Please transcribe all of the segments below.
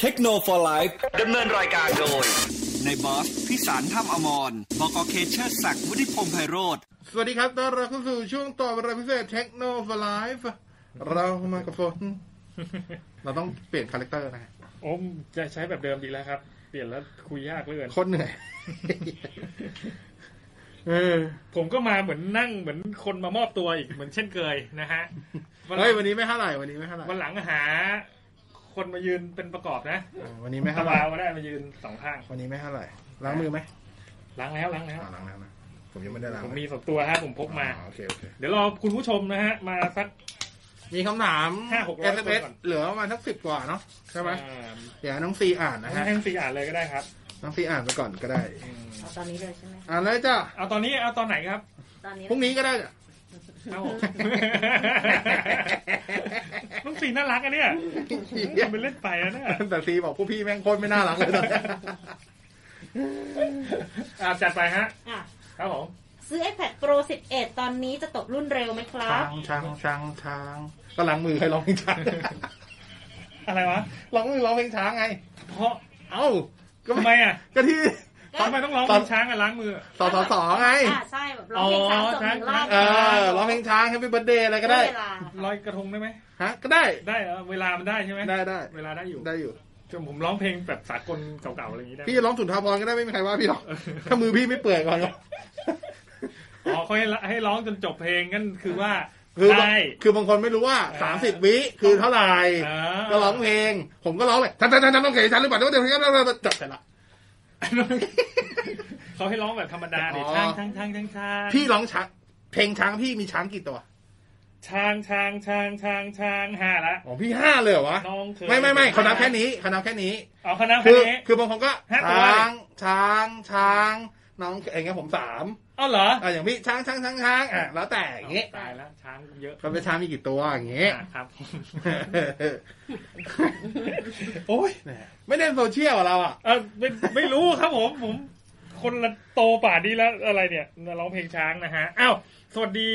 เทคโนโลยีไลฟ์ ดำเนินรายการโดย ในบอสพิสารถ้ำอมรบกเคเชอร์ศักดิ์วุฒิพงษ์ไพโรธ สวัสดีครับต้อนรับเข้าสู่ช่วงต่อเวลาพิเศษเทคโนโลยีฟเรามากับฝ นเราต้องเปลี่ยนคาแรคเตอร์นะฮะ โอ้มจะใช้แบบเดิมดีแล้วครับ เปลี่ยนแล้วคุยยากเหลือเกิน โคตรเหนื่อย เออ ผมก็มาเหมือนนั่งเหมือนคนมามอบตัวอีกเหมือนเช่นเคยนะฮะวันห เฮ้ ลั ย ง วันนี้ไม่เท่าไหร่วันนี้ไม่เท่าไหร่ วันหลังหา คนมายืนเป็นประกอบนะ อ่าวันนี้ไม่ ถ้า เท่าไหร่ วาวก็ได้มายืนสองข้าง วันนี้ไม่เท่าไหร่ล้างมือไหม ล้างแล้วล้างแล้ว อ่าล้างแล้วนะผมยังไม่ได้ล้าง ผมมีสองตัวฮะผมพกมา อ่โอเคโอเค เดี๋ยวรอคุณผู้ชมนะฮะ มาสัก มีคำถาม ห้าหกร้อย เอส คน เอส ก่อน เหลือประมาณสักสิบกว่าเนาะใช่ไหม อ่า เดี๋ยวน้องซีอ่านนะฮะ ให้ทั้งสี่อ่านเลยก็ได้ครับ น้องซีอ่านไปก่อนก็ได้ อืม เอาตอนนี้เลยใช่ไหม อ่านเลยจ้ะ เอาตอนนี้เอาตอนไหนครับ ตอนนี้ พรุ่งนี้ก็ได้จ้ะ เอา น้องสี่น่ารักอะเนี่ยทำเป็นเล่นไปนะเนี่ย แต่ซีบอกพวกพี่แม่งโคตรไม่น่ารักเลยตอนเนี้ย อ่ะจัดไปฮะ อ่ะ ครับผม ซื้อ iPad Pro 11 ตอนนี้จะตกรุ่นเร็วไหมครั ช้า บ งช้างช้างช้างก็ล้างมือใครร้องเพลง ช้าง อะไรวะ ร้องมือร้องเพลงช้างไง เพราะ เอ้าก็ ทำไมอ่ะ ก็ที่ ทำไมต้องร้อง ต เพล อน งช้างกับล้างมือ สอสอสอไง อ่ะใช่แบบร้องเพลงช้างจบหนึ่งรอบ เออร้องเพลงช้างแฮปปี้เบิร์ดเดย์อะไรก็ได้ เวลา ลอยกระทงได้ไหม ฮะ ก็ได้ ได้เหรอเวลามันได้ใช่ไหม ได้ได้ เวลาได้อยู่ ได้อยู่ จนผมร้องเพลงแบบสากลเก่าๆอะไรอย่างนี้ได้ไหม พี่ร้องสุนทรภพก็ได้ไม่มีใครว่าพี่หรอก ถ้ามือพี่ไม่เปื่อยก่อนก็ อ๋อเขาให้ละให้ร้องจนจบเพลงงั้นคือว่า คือ ได้ คือบางคนไม่รู้ว่า เออ สามสิบวิคือเท่าไหร่ อ่า ก็ร้องเพลง ผมก็ร้องเลยท่านท่านท่านท่านต้องเขยฉันหรือเปล่าเดี๋ยวเดี๋ยวเดี๋ยวเดี๋ยวจบเสร็จละ เขาให้ร้องแบบธรรมดาดิ อ๋อ ช้างช้างช้างช้างช้าง พี่ร้องช้างเพลงช้างพี่มีช้างกี่ตัว ช้างช้างช้างช้างช้างห้าละ อ๋อพี่ห้าเลยเหรอวะ น้องเคย ไม่ไม่ไม่เขานับแค่นี้เขานับแค่นี้ เอาเขานับ คื แค่ อ นี้ คือบางคนก็ ห้าตัว ช้างช้างช้างน้องอย่างเงี้ยผมสาม เอ้าเหรอ อ่ะอย่างพี่ช้างช้างช้างช้างอ่ะแล้วแต่อย่างงี้ ตายแล้วช้างเยอะ เขาไปช้างมีกี่ตัวอย่างงี้ อ่ะครับ โอ้ยแหมไม่เล่นโซเชียลอะเราอ่ะ เออไม่ไม่รู้ครับผมผม คนละโตป่านนี้แล้วอะไรเนี่ยร้องเพลงช้างนะฮะอ้าวสวัสดี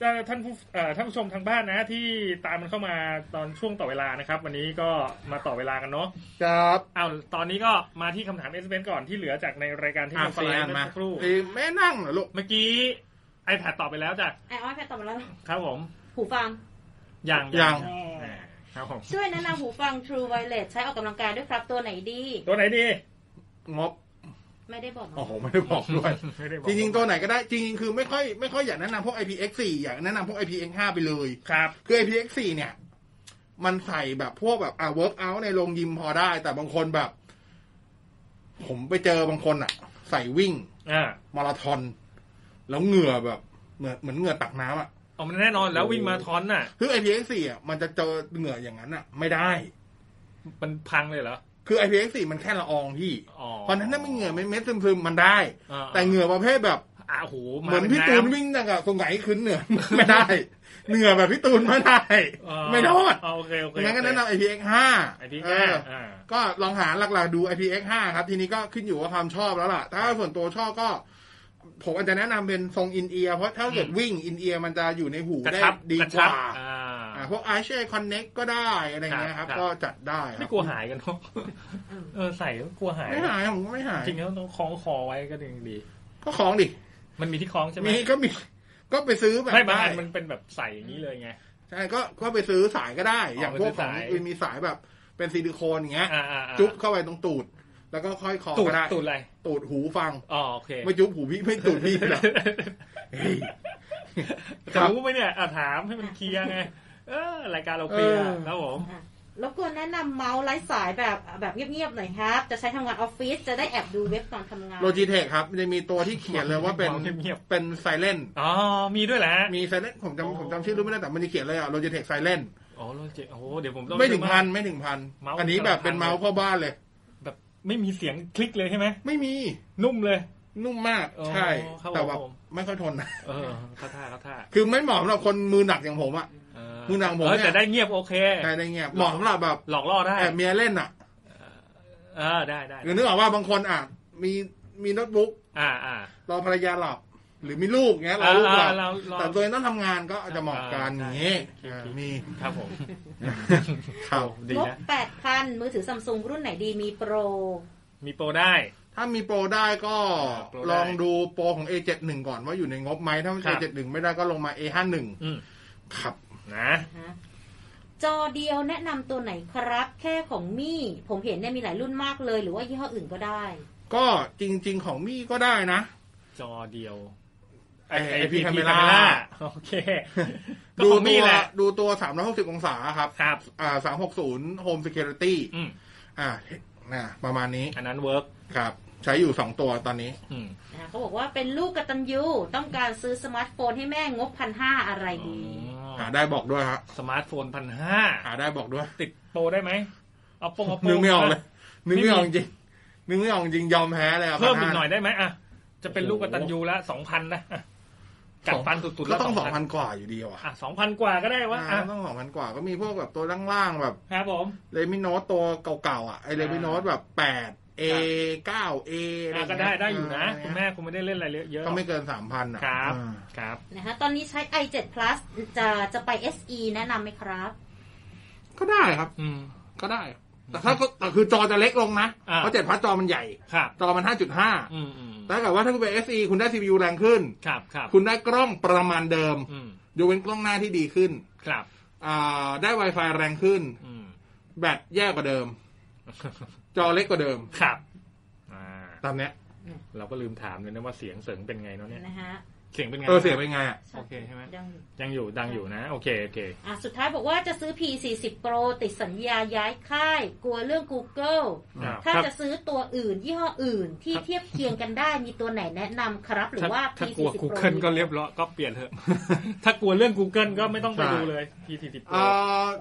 เอ่อท่านผู้เอ่อท่านผู้ชมทางบ้านนะ ที่ตามมันเข้ามาตอนช่วงต่อเวลานะครับ วันนี้ก็มาต่อเวลากันเนาะ ครับ อ้าวตอนนี้ก็มาที่คำถามเอสเนก่อนที่เหลือจากในรายการที่ อ่ะ เราส สี ไล อ่า ด์ น เมื่อ มา สักครู่ เอ้ยแม่นั่งเหรอลูก เมื่อกี้ iPad ตอบไปแล้วจ้ะ ไอออนแพดต่อมาแล้ว ครับผม หูฟัง อย่าง ยัง อ่าครับผม ช่วยแนะนำหูฟัง True Wireless ใช้ออกกำลังกายด้วยครับตัวไหนดี ตัวไหนดี ม็อบ ไม่ได้บอกนะ โอ้โหไม่ได้บอกด้วย ไม่ได้บอก จริงๆ ตัวไหนก็ได้จริงๆ คือไม่ค่อยไม่ค่อยอยากแนะนำพวก IPX4 อยากแนะนำพวก IPX5 ไปเลย ครับ คือ IPX4 เนี่ย มันใส่แบบพวกแบบอ่า workout ในโรงยิมพอได้ แต่บางคนแบบ ผมไปเจอบางคนอะใส่วิ่ง อ่า มาราธอน แล้วเหงื่อแบบ เหมือนเหมือนเหงื่อตักน้ำอะ เอามันแน่นอนแล้ววิ่งมาทอนน่ะ คือ IPX4 อะมันจะเจอเหงื่ออย่างนั้นอะไม่ได้ มันพังเลยเหรอ คือ IPX4 มันแค่ละอองพี่ อ๋อ เพราะฉะนั้นถ้าไม่เหงื่อไม่เม็ดซึมๆมันได้ อ่า แต่เหงื่อประเภทแบบ อ่ะโอ้โห เห มา มือนพี่ตูนวิ่งนะกับตรงไหนขึ้นเหนือ ไม่ได้ เหนือแบบพี่ตูนไม่ได้ ไม่รอด โอเคโอเค งั้นก็แนะนำ IPX ไอพี 5 แอร์ ก็ลองหาหลักๆดู IPX 5ครับ ทีนี้ก็ขึ้นอยู่กับความชอบแล้วล่ะ ถ้าส่วนตัวชอบก็ ผมอาจจะแนะนำเป็นทรงอินเอียร์เพราะถ้าเกิดวิ่งอินเอียร์มันจะอยู่ในหู กระ ได้ ชับ ดี กระ ก ชับ ว่า อ่ อ่า า พวก i อชเอคอนเน็กก็ได้ อะไรอย่างเงี้ยครับ ครับ ก็จัดได้ครั ไม่ บ กลัวหายกันเนาะเออใส่ก็กลัวหาย ไม่หายผมก็ไม่หาย จริงแล้วต้องคล้องคอไว้ก็ดีดี ก็ของดิ มันมีที่คล้องใช่ไหม มี ก็มีก็ไปซื้อแบบ ไม่บาง ได้ อันมันเป็นแบบใส่อย่างนี้เลยไง ใช่ก็ก็ไปซื้อสายก็ได้ อ๋อ อย่างพวก ไปขซื้อ อง สาย มันมีสายแบบเป็นซิลิโคนอย่างเงี้ย อ่าอ่าอ่า จุ๊บเข้าไปตรงตูด แล้วก็ค่อยคอ ตูด ก็ได้ ตูดอะไร ตูดหูฟัง อ๋อโอเค ไม่จุ๊บหูพี่ไม่ตูดพี่หร อกเฮ้ย ค จะ รับ รู้ไหมเนี่ยอ่ะถามให้มันเคลียร์ไงเออรายการเราเคลียร์ เออ ครับผม อ่ะรบกวนแนะนำเมาส์ไร้สายแบบแบบเงียบๆหน่อยครับ จะใช้ทำงานออฟฟิศจะได้แอบดูเว็บตอนทำงาน โลจิเทคครับมันจะมีตัวที่เขียนเลยว่าเป็น มองเงียบ เป็นไซเลน อ๋อมีด้วยแหละ มีไซเลนผมจำผมจำชื่อรู้ไม่ได้แต่มันจะเขียนเลยอะโลจิเทคไซเลน อ๋อโลจิโอ้โหเดี๋ยวผมต้อง ไม่ถึงพันไม่ถึงพัน เมาส์ อันนี้แบบเป็น พัน เมาส์พ่อบ้านเลย แบบไม่มีเสียงคลิกเลยใช่ไหม ไม่มี นุ่มเลย นุ่มมาก อ๋อ ใช่ ครับ แต่ว่า ผม ไม่ค่อยทนนะ เออเขาท่าเขาท่า คือไม่เหมาะสำหรับคนมือหนักอย่างผมอะ เออ มือหนังผม เออ เนี่ย แต่ได้เงียบโอเค ใช่ได้เงียบเหมาะสำหรับแบบ หลอกล่อได้ แอบเมียเล่นอะ เออได้ได้ หรือนึกออกว่าบางคนอ่ะมีมีโน้ตบุ๊ก อ่าอ่าร อภรรยาหลับ หรือมีลูกเงี้ยเราลูก อ่า เรา เราเรา แต่ตัวเองต้องทำงานก็อาจจะเหมาะกันออ่าย่างนี้ ใช่ใช่ อ่ามี ครับผม ข่าว ดี งบ นะ แปดพันมือถือซัมซุงรุ่นไหนดีมีโปร มีโปรได้ ถ้ามีโปรได้ก็ โปรได้ ลองดูโปรของ A71 ก่อนว่าอยู่ในงบไหมถ้า ครับ A71 ไม่ได้ก็ลงมา A51 อืม ครับ นะ ฮะจอเดียวแนะนำตัวไหนครับ แค่ของมี่ ผมเห็นเนี่ยมีหลายรุ่นมากเลย หรือว่ายี่ห้ออื่นก็ได้ ก็จริง ๆ ของมี่ก็ได้นะ จอเดียว ไอ้ไอ้พี่ camera โอเคก็ ดู ของ ตั มี่ ว แหละ ดูตัว 360 องศาครับ ครับ อ่า 360 Home Security อืม อ่านะประมาณนี้ อันนั้นเวิร์ก ครับ ใช้อยู่ 2 ตัวตอนนี้ อืม อ่ะเขาบอกว่าเป็นลูกกตัญญูต้องการซื้อสมาร์ทโฟนให้แม่งบพันห้าอะไรดี หาได้บอกด้วยครับ สมาร์ทโฟนพันห้า หาได้บอกด้วย ติดโปรได้ไหมเอาโปรเอาโปร นึกไม่ออกเลย นึก ไม่มี ไม่ออกจริงนึกไม่ออกจริงยอมแพ้เลยะ เพิ่มอีก 1,500 หน่อยได้ไหมอ่ะจะเป็นลูกกตันยูละสองพันนะอ่ะกัดฟันสุดๆ ก็ แล้ว ต้องสอง 2,000 พันกว่าอยู่ดีว่ะ อ่ะสองพันกว่าก็ได้วะ อ่า อ่ะ ต้องสองพันกว่าก็มีพวกแบบตัวล่างๆแบบ ครับผม เลมิโนตตัวเก่าๆอ่ะไอเลมิโนตแบบแปดเอเก้าเออะไร อ่ะ เงี้ ก็ ย ได้ได้อยู่นะ เ คุณแม่คงไม่ได้เล่นอะไรเยอะๆหร ก็ อ ไม่ ก เกินสามพันอ่ะ ครับ อ่า ครับ นะฮะ ตอนนี้ใช้ i7 plus จะจะไป SE แนะนำไหมครับ ก็ได้ครับ อืม ก็ได้ แต่ถ้าก็แต่คือจอจะเล็กลงนะ อ่า เพราะเจ็ดพัดจอมันใหญ่ ครับ จอมันห้าจุดห้า อืมอืม แต่ถ้าเกิดว่าถ้าคุณเป็น SE คุณได้ CPU แรงขึ้น ครับครับ คุณได้กล้องประมาณเดิม อืม ยกเว้นกล้องหน้าที่ดีขึ้น ครับ อ่าได้ Wi-Fi แรงขึ้น อืม แบตแย่กว่าเดิม จอเล็กกว่าเดิม ครับอ่า ตามเนี้ย เราก็ลืมถามเลยนะว่าเสียงเสริงเป็นไงเนาะเนี่ย นะฮะ เสียงเป็นไง เออเสียงเป็นไงอ่ะ โอเคใช่ไหม ยังอยู่ ยังอยู่ดังอยู่นะโอเคโอเค อ่ะสุดท้ายบอกว่าจะซื้อ P40 Pro ติดสัญญาย้ายค่าย กลัวเรื่อง Google อ่า ครั ถ้า บ จะซื้อตัวอื่น ยี่ห้ออื่นที่เทียบเคียงกันได้มีตัวไหนแนะนำครับ หรือ ถ้า ว่า ถ้า P40 กลั Pro ว Google ก็เรียบร้อยก็เปลี่ยนเถอะ ถ้ากลัวเรื่อง Google ก็ไม่ต้องไปดูเลย P40 เออ Pro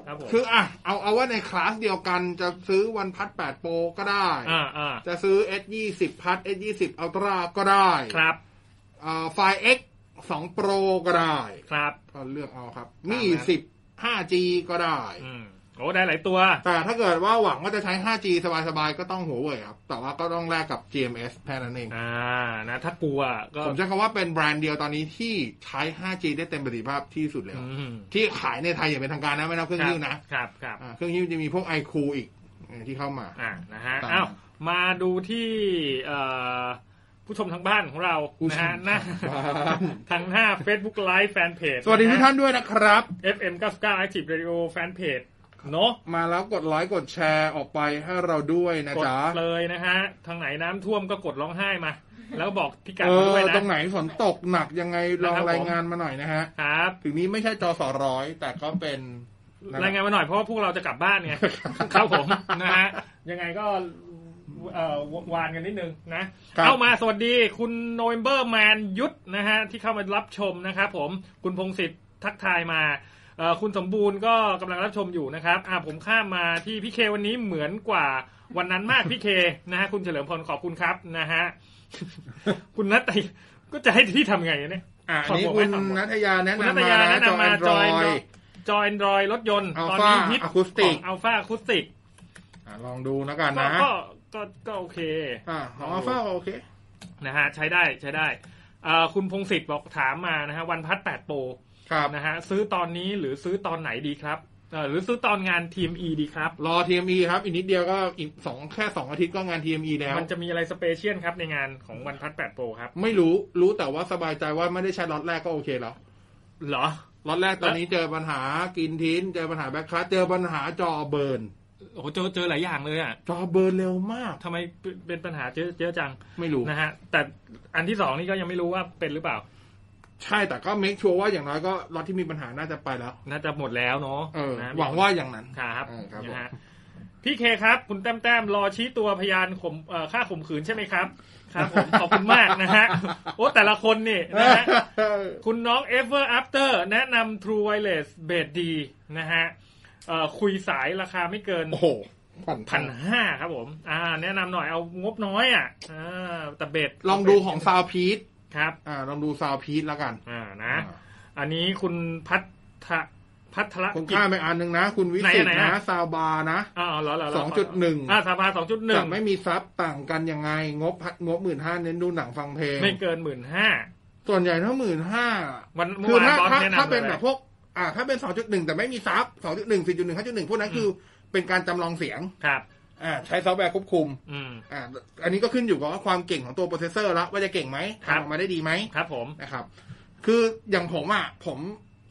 ครับผม คืออ่ะเอาเอาว่าในคลาสเดียวกันจะซื้อวันพัด8 Pro ก็ได้ อ่าอ่า จะซื้อ S20 พัด S20 Ultra ก็ได้ ครับ อ่าไฟล์ X 2 Pro ก็ได้ ครับ ก็เลือกเอาครับ ตามนั้ มี น 10 5G ก็ได้ อืมโอ้ได้หลายตัว แต่ถ้าเกิดว่าหวังว่าจะใช้ 5G สบายๆ ก็ต้องหัวเว่ยครับ แต่ว่าก็ต้องแลกกับ GMS แค่นั้นเอง อ่านะถ้ากลัวก็ ผมใช้คำว่าเป็นแบรนด์เดียวตอนนี้ที่ใช้ 5G ได้เต็มประสิทธิภาพที่สุดแล้ว อืม ที่ขายในไทยอย่างเป็นทางการนะ ไม่นับเครื่องยิ้วนะครับ ครับ อ่าเครื่องยิ้วจะมีพวก iQOO อีกที่เข้ามา อ่านะฮะ ตามนั้น อ้าวมาดูที่เอ่อผู้ชมทางบ้านของเรา ผู้ชมนะฮะหน้า ทางบ้าน ทางหน้า Facebook Live Fanpage สวัสดีทุก ะฮะ ท่านด้วยนะครับ FM 99 Active Radio Fanpage เนอะ มาแล้วกดไลค์กดแชร์ออกไปให้เราด้วยนะ กด จ๊ะ เลยนะฮะ ทางไหนน้ำท่วมก็กดร้องไห้มา แล้วก็บอกพิกัด เอ มาอด้วยนะ ตรงไหนฝนตกหนักยังไงลอง นะครับผม รายงานมาหน่อยนะฮะ ครับ ถึงนี้ไม่ใช่จอสอร้อยแต่ก็เป็น รายงานมาหน่อยเพราะว่าพวกเราจะกลับบ้านไง ครับ ผมนะฮะยังไงก็เอ่อวานกันนิดนึงนะครับ เข้ามาสวัสดีคุณโนเ m มเบอร์แมนยุทธนะฮะที่เข้ามารับชมนะครับผมคุณพงศิษฐ์ทักทายมาเอ่อคุณสมบูรณ์ก็กำลังรับชมอยู่นะครับอ่าผมข้ามมาที่พี่เควันนี้เหมือนกว่าวันนั้นมาก พี่เคนะฮะคุณเฉลิมพลขอบคุณครับนะฮะ คุณนัตติก็จะให้ที่ทำไงเนี่ย อ่ะอันนี้คุณนัทยาแนะ คุณนั นำมายตา นะ แนะ จอ นำมา Android จอยจอยรอยรถยนต์ Alpha ตอนนี้ฮิต Acoustic อัลฟาคูสติก อ่ะลองดูแล้วกัน ก็ นะ ก็ก็ก็โอเค อ่ะของอัลฟาโอเค นะฮะ ใช้ได้ใช้ได้เอ่อคุณพงศิษฐ์บอกถามมานะฮะ วันพัด8โปร ครับ นะฮะ ซื้อตอนนี้หรือซื้อตอนไหนดีครับเอ่อหรือซื้อตอนงานทีม E ดีครับ รอ TME ครับ อีกนิดเดียวก็อีกสองแค่สองอาทิตย์ก็งาน TME แล้ว มันจะมีอะไรสเปเชียลครับในงานของวันพัด8โปรครับ ไม่รู้รู้แต่ว่าสบายใจว่าไม่ได้ใช้ล็อตแรกก็โอเคแล้ว เหรอ ล็อตแรกตอนนี้เจอปัญหากินทิ้น เจอปัญหาแบ็คคัสเจอปัญหาจอเบิร์น โอ้โหเจอเจอหลายอย่างเลยอ่ะ จอเบิร์นเร็วมาก ทำไมเป็นปัญหาเยอะเยอะจัง ไม่รู้ นะฮะ แต่อันที่สองนี่ก็ยังไม่รู้ว่าเป็นหรือเปล่า ใช่แต่ก็เมคชัวร์ว่าอย่างน้อยก็ล็อตที่มีปัญหาน่าจะไปแล้ว น่าจะหมดแล้วเนาะ เออ นะ หวังว่าอย่างนั้น ครับ เออครับ นะฮะพี่เคครับ คุณแต้มแต้มรอชี้ตัวพยานข่มเอ่อค่าข่มขืนใช่ไหมครับ ครับผม ขอบคุณมาก นะฮะ โอ้ แต่ละคนนี่นะฮะ คุณน้อง Ever After แนะนำ True Wireless เบสดีนะฮะเอ่อคุยสายราคาไม่เกิน โอ้โห พั พั น น ห้าครับผม อ่า แนะนำหน่อยเอางบน้อยอ่ะอ่าแต่เบส ลองดูของซาวพีท ครับ อ่า ลองดูซาวพีทแล้วกัน อ่านะ อ่า อันนี้คุณพัทะพัทร คุณ กิจ ข้ามไปอันหนึ่งนะ คุณวิสิต ไหนอ่ะไหน นะ อ่ะ ซาวบาร์นะ อ่าเหรอเหรอเร 2.1 อ่าสภาสองจุดหนึ่ จะ ง ไม่มีซับต่างกันยังไง งบพัดงบหมื่นห้าเน้นดูหนังฟังเพลง ไม่เกินหมื่นห้า ส่วนใหญ่ถ้าหมื่นห้า วันเมื่ คือ อ วาน ถ้า บอส ถ้า แนะนำ ถ้าเป็น ลย แบบพวก อ่า ถ้าเป็นสองจุดหนึ่งแต่ไม่มีซับสองจุดหนึ่งสี่จุดหนึ่งห้าจุดหนึ่งพวกนั้น อืม คือเป็นการจำลองเสียง ครับ อ่า ใช้ซอฟต์แวร์ควบคุม อืม อ่า อันนี้ก็ขึ้นอยู่กับว่าความเก่งของตัวโปรเซสเซอร์ละว่าจะเก่งไหม ครับ ทำออกมาได้ดีไหม ครับผม นะครับ คืออย่างผมอ่ะ ผม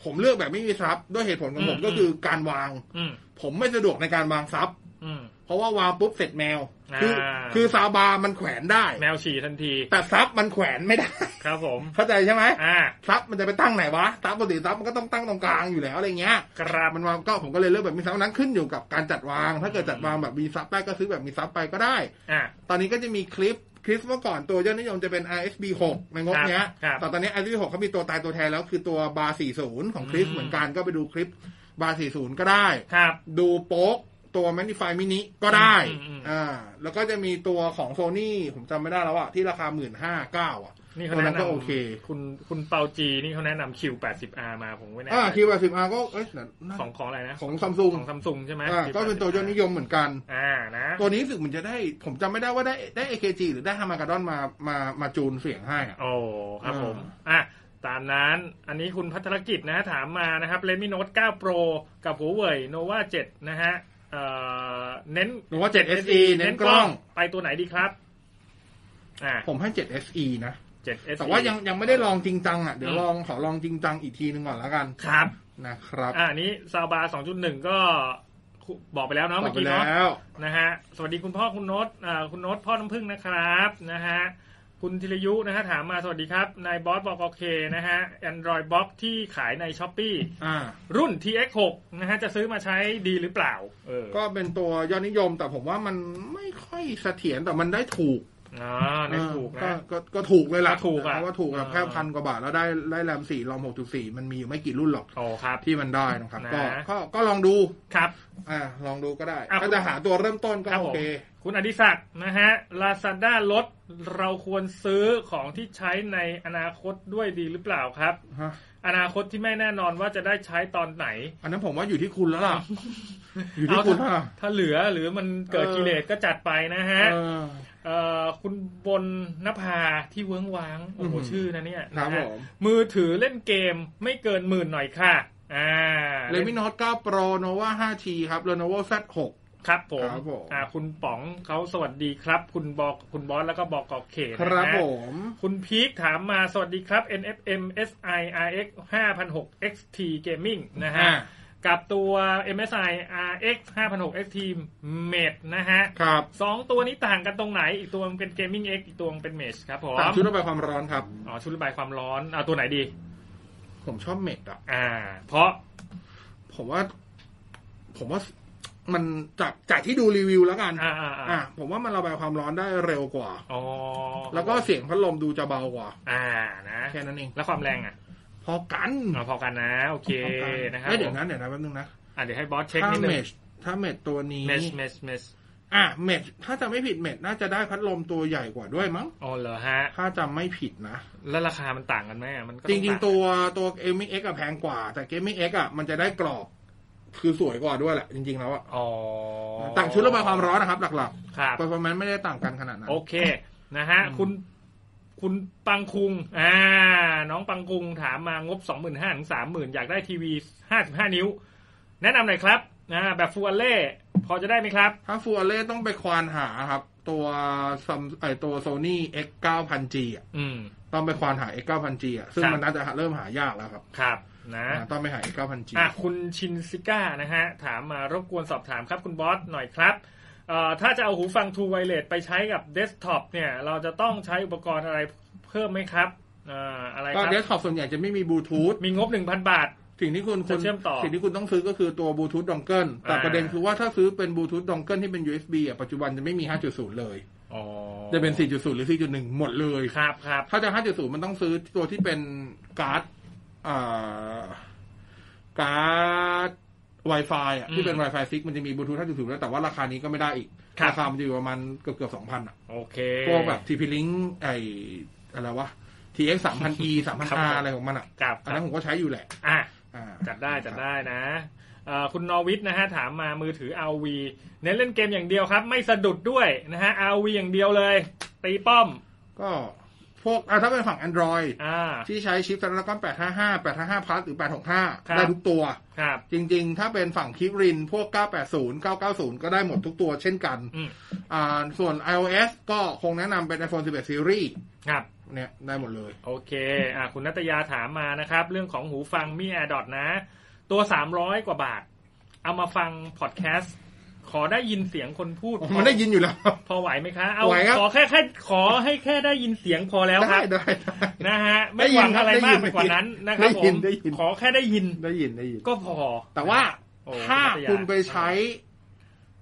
ผมเลือกแบบไม่มีซับด้วยเหตุผลของผม อืม ก็คือการวาง อืม ผมไม่สะดวกในการวางซับ อืม เพราะว่าวางปุ๊บเสร็จแมว คืออา คือซาบามันแขวนได้ แมวฉี่ทันที แต่ซับมันแขวนไม่ได้ ครับผม เข้าใจใช่ไหม อ่า ซับมันจะไปตั้งไหนวะซับปกติซับมันก็ต้องตั้งตรงกลางอยู่แล้วอะไรเงี้ย ครับ มันวางก็ผมก็เลยเลือกแบบมีซับนั้นขึ้นอยู่กับการจัดวาง ถ้าเกิดจัดวางแบบมีซับได้ก็ซื้อแบบมีซับไปก็ได้ อ่า ตอนนี้ก็จะมีคลิปคลิปเมื่อก่อนตัวยอดนิยมจะเป็น RSB 6ในงบเนี้ย ครับ แต่ตอนนี้ RSB 6เขามีตัวตายตัวแทนแล้วคือตัวบา40 ของคลิป อืม เหมือนกันก็ไปดูคลิปบา40 ก็ได้ ครับ ดูโป๊กตัว Magnify Mini ก็ได้ อืมอืม อ่าแล้วก็จะมีตัวของโซนี่ผมจำไม่ได้แล้วอะที่ราคาหมื่นห้าเก้าอะ นี่เขา ตัว แนะ นั้น นำ ก็โอเค คุณคุณเปาจีนี่เขาแนะนำคิว 80R มาผมไม่แน่ อ่า ใจ คิวแบบสิบอาก็เอ้ยนั่นนั่น ของของอะไรนะ ของซัมซุง ของซัมซุงใช่ไหม อ่าก็เป็นตัวยอดนิยมเหมือนกัน อ่านะ ตัวนี้รู้สึกเหมันจะได้ ผมจำไม่ได้ว่าได้ได้ AKG หรือได้ฮามากาดอนมามามาจูนเสียงให้อะ โอ้ครับผม อ่า อ่ะ ตามนั้น อันนี้คุณพัทรกิจนะ ถามมานะครับเลมิโน t e 9 Pro กับ Huawei Nova 7 นะฮะเอ่อเน้น หรือว่า7 SE เน้นกล้อง ไปตัวไหนดีครับ อ่า ผมให้7 SE นะ เจ็ด แต่ว่ายังยังไม่ได้ลองจริงจังอ่ะ เดี๋ยว อืม ลองขอลองจริงจังอีกทีนึงก่อนแล้วกัน ครับ นะครับ อ่าอันนี้ซาวบาสองจุดหนึ่งก็คุบอกไปแล้วเนาะ ตอ เมื่ บ อ ไป กี้เนาะ แล้ว นะฮะ สวัสดีคุณพ่อคุณโน้ตอ่าคุณโน้ตพ่อน้ำพึ่งนะครับนะฮะ คุณธีรยุนะฮะถามมาสวัสดีครับ นายบอสบอกโอเคนะฮะ Android Box ที่ขายใน s h อ p e e อ่า รุ่น TX6 นะฮะ จะซื้อมาใช้ดีหรือเปล่า เออ ก็เป็นตัวยอดนิยม แต่ผมว่ามันไม่ค่อยเสถียรแต่มันได้ถูก อ่าในถูกนะ ก็ก็ถูกเลยล่ะ ก็ถูกอะ เพราะว่าถูกแบบ อ่า แค่พันกว่าบาทแล้วได้ได้แรมสี่รอมหกจุดสี่มันมีอยู่ไม่กี่รุ่นหรอก โอ้ครับ ที่มันได้นะครับ นะ ก็ก็ก็ลองดู ครับ อ่าลองดูก็ได้ อ่ะ ก็จะหาตัวเริ่มต้นก็ ครับ โอ ผม เค คุณอดิศักดิ์นะฮะ Lazada ลดเราควรซื้อของที่ใช้ในอนาคตด้วยดีหรือเปล่าครับ ฮะ อนาคตที่ไม่แน่นอนว่าจะได้ใช้ตอนไหน อันนั้นผมว่าอยู่ที่คุณแล้วล่ะ อยู่ที่ เอา คุณ ถ้า ล่ะ ถ้าเหลือหรือมันเกิด เออ กิเลสก็จัดไปนะฮะ เออ เอ่อคุณบนนภาที่เวิ้งว้างโอ้โห อือหือ ชื่อนะเนี่ย ครับ นะฮะ ผม มือถือเล่นเกมไม่เกินหมื่นหน่อยค่ะ อ่า เลมิโนต9 Pro Nova 5T ครับ Lenovo Z6 ครับผม ครับผม อ่าคุณป๋องเขาสวัสดีครับ คุณบอกคุณบอสแล้วก็บอกกอกเขต ค นะฮะ รับผม คุณพีคถามมาสวัสดีครับ NFM SI RX 5006 XT Gaming นะฮะ อ่า กับตัว MSI RX 5006 XT Mate นะฮะ ครับ สองตัวนี้ต่างกันตรงไหน อีกตัวมันเป็น Gaming X อีกตัวมันเป็น Mate ครับผม ตามชุดระบายความร้อนครับ อ๋อชุดระบายความร้อนเอาตัวไหนดี ผมชอบเมดอ่ะ อ่า เพราะ ผมว่า ผมว่ามันจากจากที่ดูรีวิวแล้วกัน อ่าอ่าอ่า อ่ะผมว่ามันระบายความร้อนได้เร็วกว่า อ๋อ แล้วก็เสียงพัดลมดูจะเบากว่า อ่านะ แค่นั้นเอง แล้วความแรงอ่ะ พอกัน เอาพอกันนะ โอเค พอกั นะครับ เอ้ยเดี๋ยวนะเดี๋ยวนะแป๊บนึงนะ อ่ะเดี๋ยวให้บอสเช็ค ถ้า นิดนึ เม ง ชถ้าเมชตัวนี้ เมชเมชเมช อ่ะเมชถ้าจะไม่ผิดเมชน่าจะได้พัดลมตัวใหญ่กว่าด้วยมั้ง อ๋อเหรอฮะ ถ้าจำไม่ผิดนะ แล้วราคามันต่างกันไหมอ่ะมันก็ จ อ ริง าง ๆ ตัวตัว Gaming X อะแพงกว่า แต่ Gaming X อะมันจะได้กรอบ คือสวยกว่าด้วยแหละ จริง ๆ แล้วอะ อ๋อ ต่างชุดระบายความร้อนนะครับ หลัก ครับ ๆ performance ไม่ได้ต่างกันขนาดนั้น โอเค นะฮะ อืม คุณ คุณปังคุง อ่า น้องปังคุงถามมางบสองหมื่นห้าถึงสามหมื่นอยากได้ทีวีห้าสิบห้านิ้ว แนะนำหน่อยครับนะแบบฟูอัลเล่ พอจะได้ไหมครับ ถ้าฟูอเล่ต้องไปควานหาครับ ตัวซัมไอตัว Sony X 9 0 0 0 G อะ อืม ต้องไปควานหา X 9 0 0 G อะซึ่ง ครับ มันน่าจะหาเริ่มหายากแล้วครับ ครับ นะ อ่ะต้องไปหา X 9 0 0 G อ่ะคุณชินซิก้านะฮะ ถามมารบกวนสอบถามครับคุณบอสหน่อยครับเอ่อถ้าจะเอาหูฟัง True Wireless ไปใช้กับเดสก์ท็อปเนี่ย เราจะต้องใช้อุปกรณ์อะไรเพิ่มไหมครับเอ่ออะไรค ก็ รับ เดสก์ท็อปส่วนใหญ่จะไม่มีบลูทูธ มีงบหนึ่งพันบาท สิ่งที่คุณ จะ คุณ เชื่อมต่อ สิ่งที่คุณต้องซื้อก็คือตัวบลูทูธดองเกิลแต่ อ่า ประเด็นคือว่าถ้าซื้อเป็นบลูทูธดองเกิลที่เป็น USB อ่ะปัจจุบันจะไม่มี 5.0 เลย อ๋อ จะเป็น 4.0 หรือ 4.1 หมดเลย ครับครับ ถ้าจะ 5.0 มันต้องซื้อตัวที่เป็นการ์ดอ่าการ์ด Wi-Fi อ่ะ อืม ที่เป็น Wi-Fi 6มันจะมีบลูทูธ5.0 แล้วแต่ว่าราคานี้ก็ไม่ได้อีก ครับ ราคามันจะอยู่ประมาณเกือบเกือบ2,000อ่ะ โอเค พวกแบบ TP-Link ไออะไรวะ TX 3000E ครับผ 3000R ม อะไรของมันอ่ะ ครับ อันนั้นผมก็ใช้อยู่แหละ อ่ะ อ่า จัดได้จัดได้นะเอ่อคุณนอวิทนะฮะ ถามมามือถือ RV เน้นเล่นเกมอย่างเดียวครับ ไม่สะดุดด้วยนะฮะ RV อย่างเดียวเลย ตีป้อม ก็พ วกอ่ะถ้าเป็นฝั่ง Android อ่า ที่ใช้ชิป Snapdragon 855 855 Plus หรือ ครับ 865 ได้ทุกตัว ครับ จริงๆ ถ้าเป็นฝั่งคิริน พวก 980 990 ก็ได้หมดทุกตัวเช่นกัน อืม อ่าส่วน iOS ก็คงแนะนำเป็น iPhone 11 Series ครับ เนี่ยได้หมดเลย โอเค อ่าคุณนัตยาถามมานะครับ เรื่องของหูฟังมี่ AirDot นะ ตัว 300 กว่าบาท เอามาฟังพอดแคสต์ ขอได้ยินเสียงคนพูดพอ มันได้ยินอยู่แล้ว พอไหวไหมคะ เอา ไหวครับ ขอแค่แค่ขอให้แค่ได้ยินเสียงพอแล้วค ได้ รับ ได้ได้ นะฮะ ได้ ไม่ ยินหวังอะไร ครับ มาก ได้ยิน ไปกว่านั้นนะค ได้ รับผ ยิ ม นได้ยิน ขอแค่ได้ยิน ได้ยินได้ยิน ก็พอ แต่ว่า โอ้ ถ้า พัทยา คุณไปใช้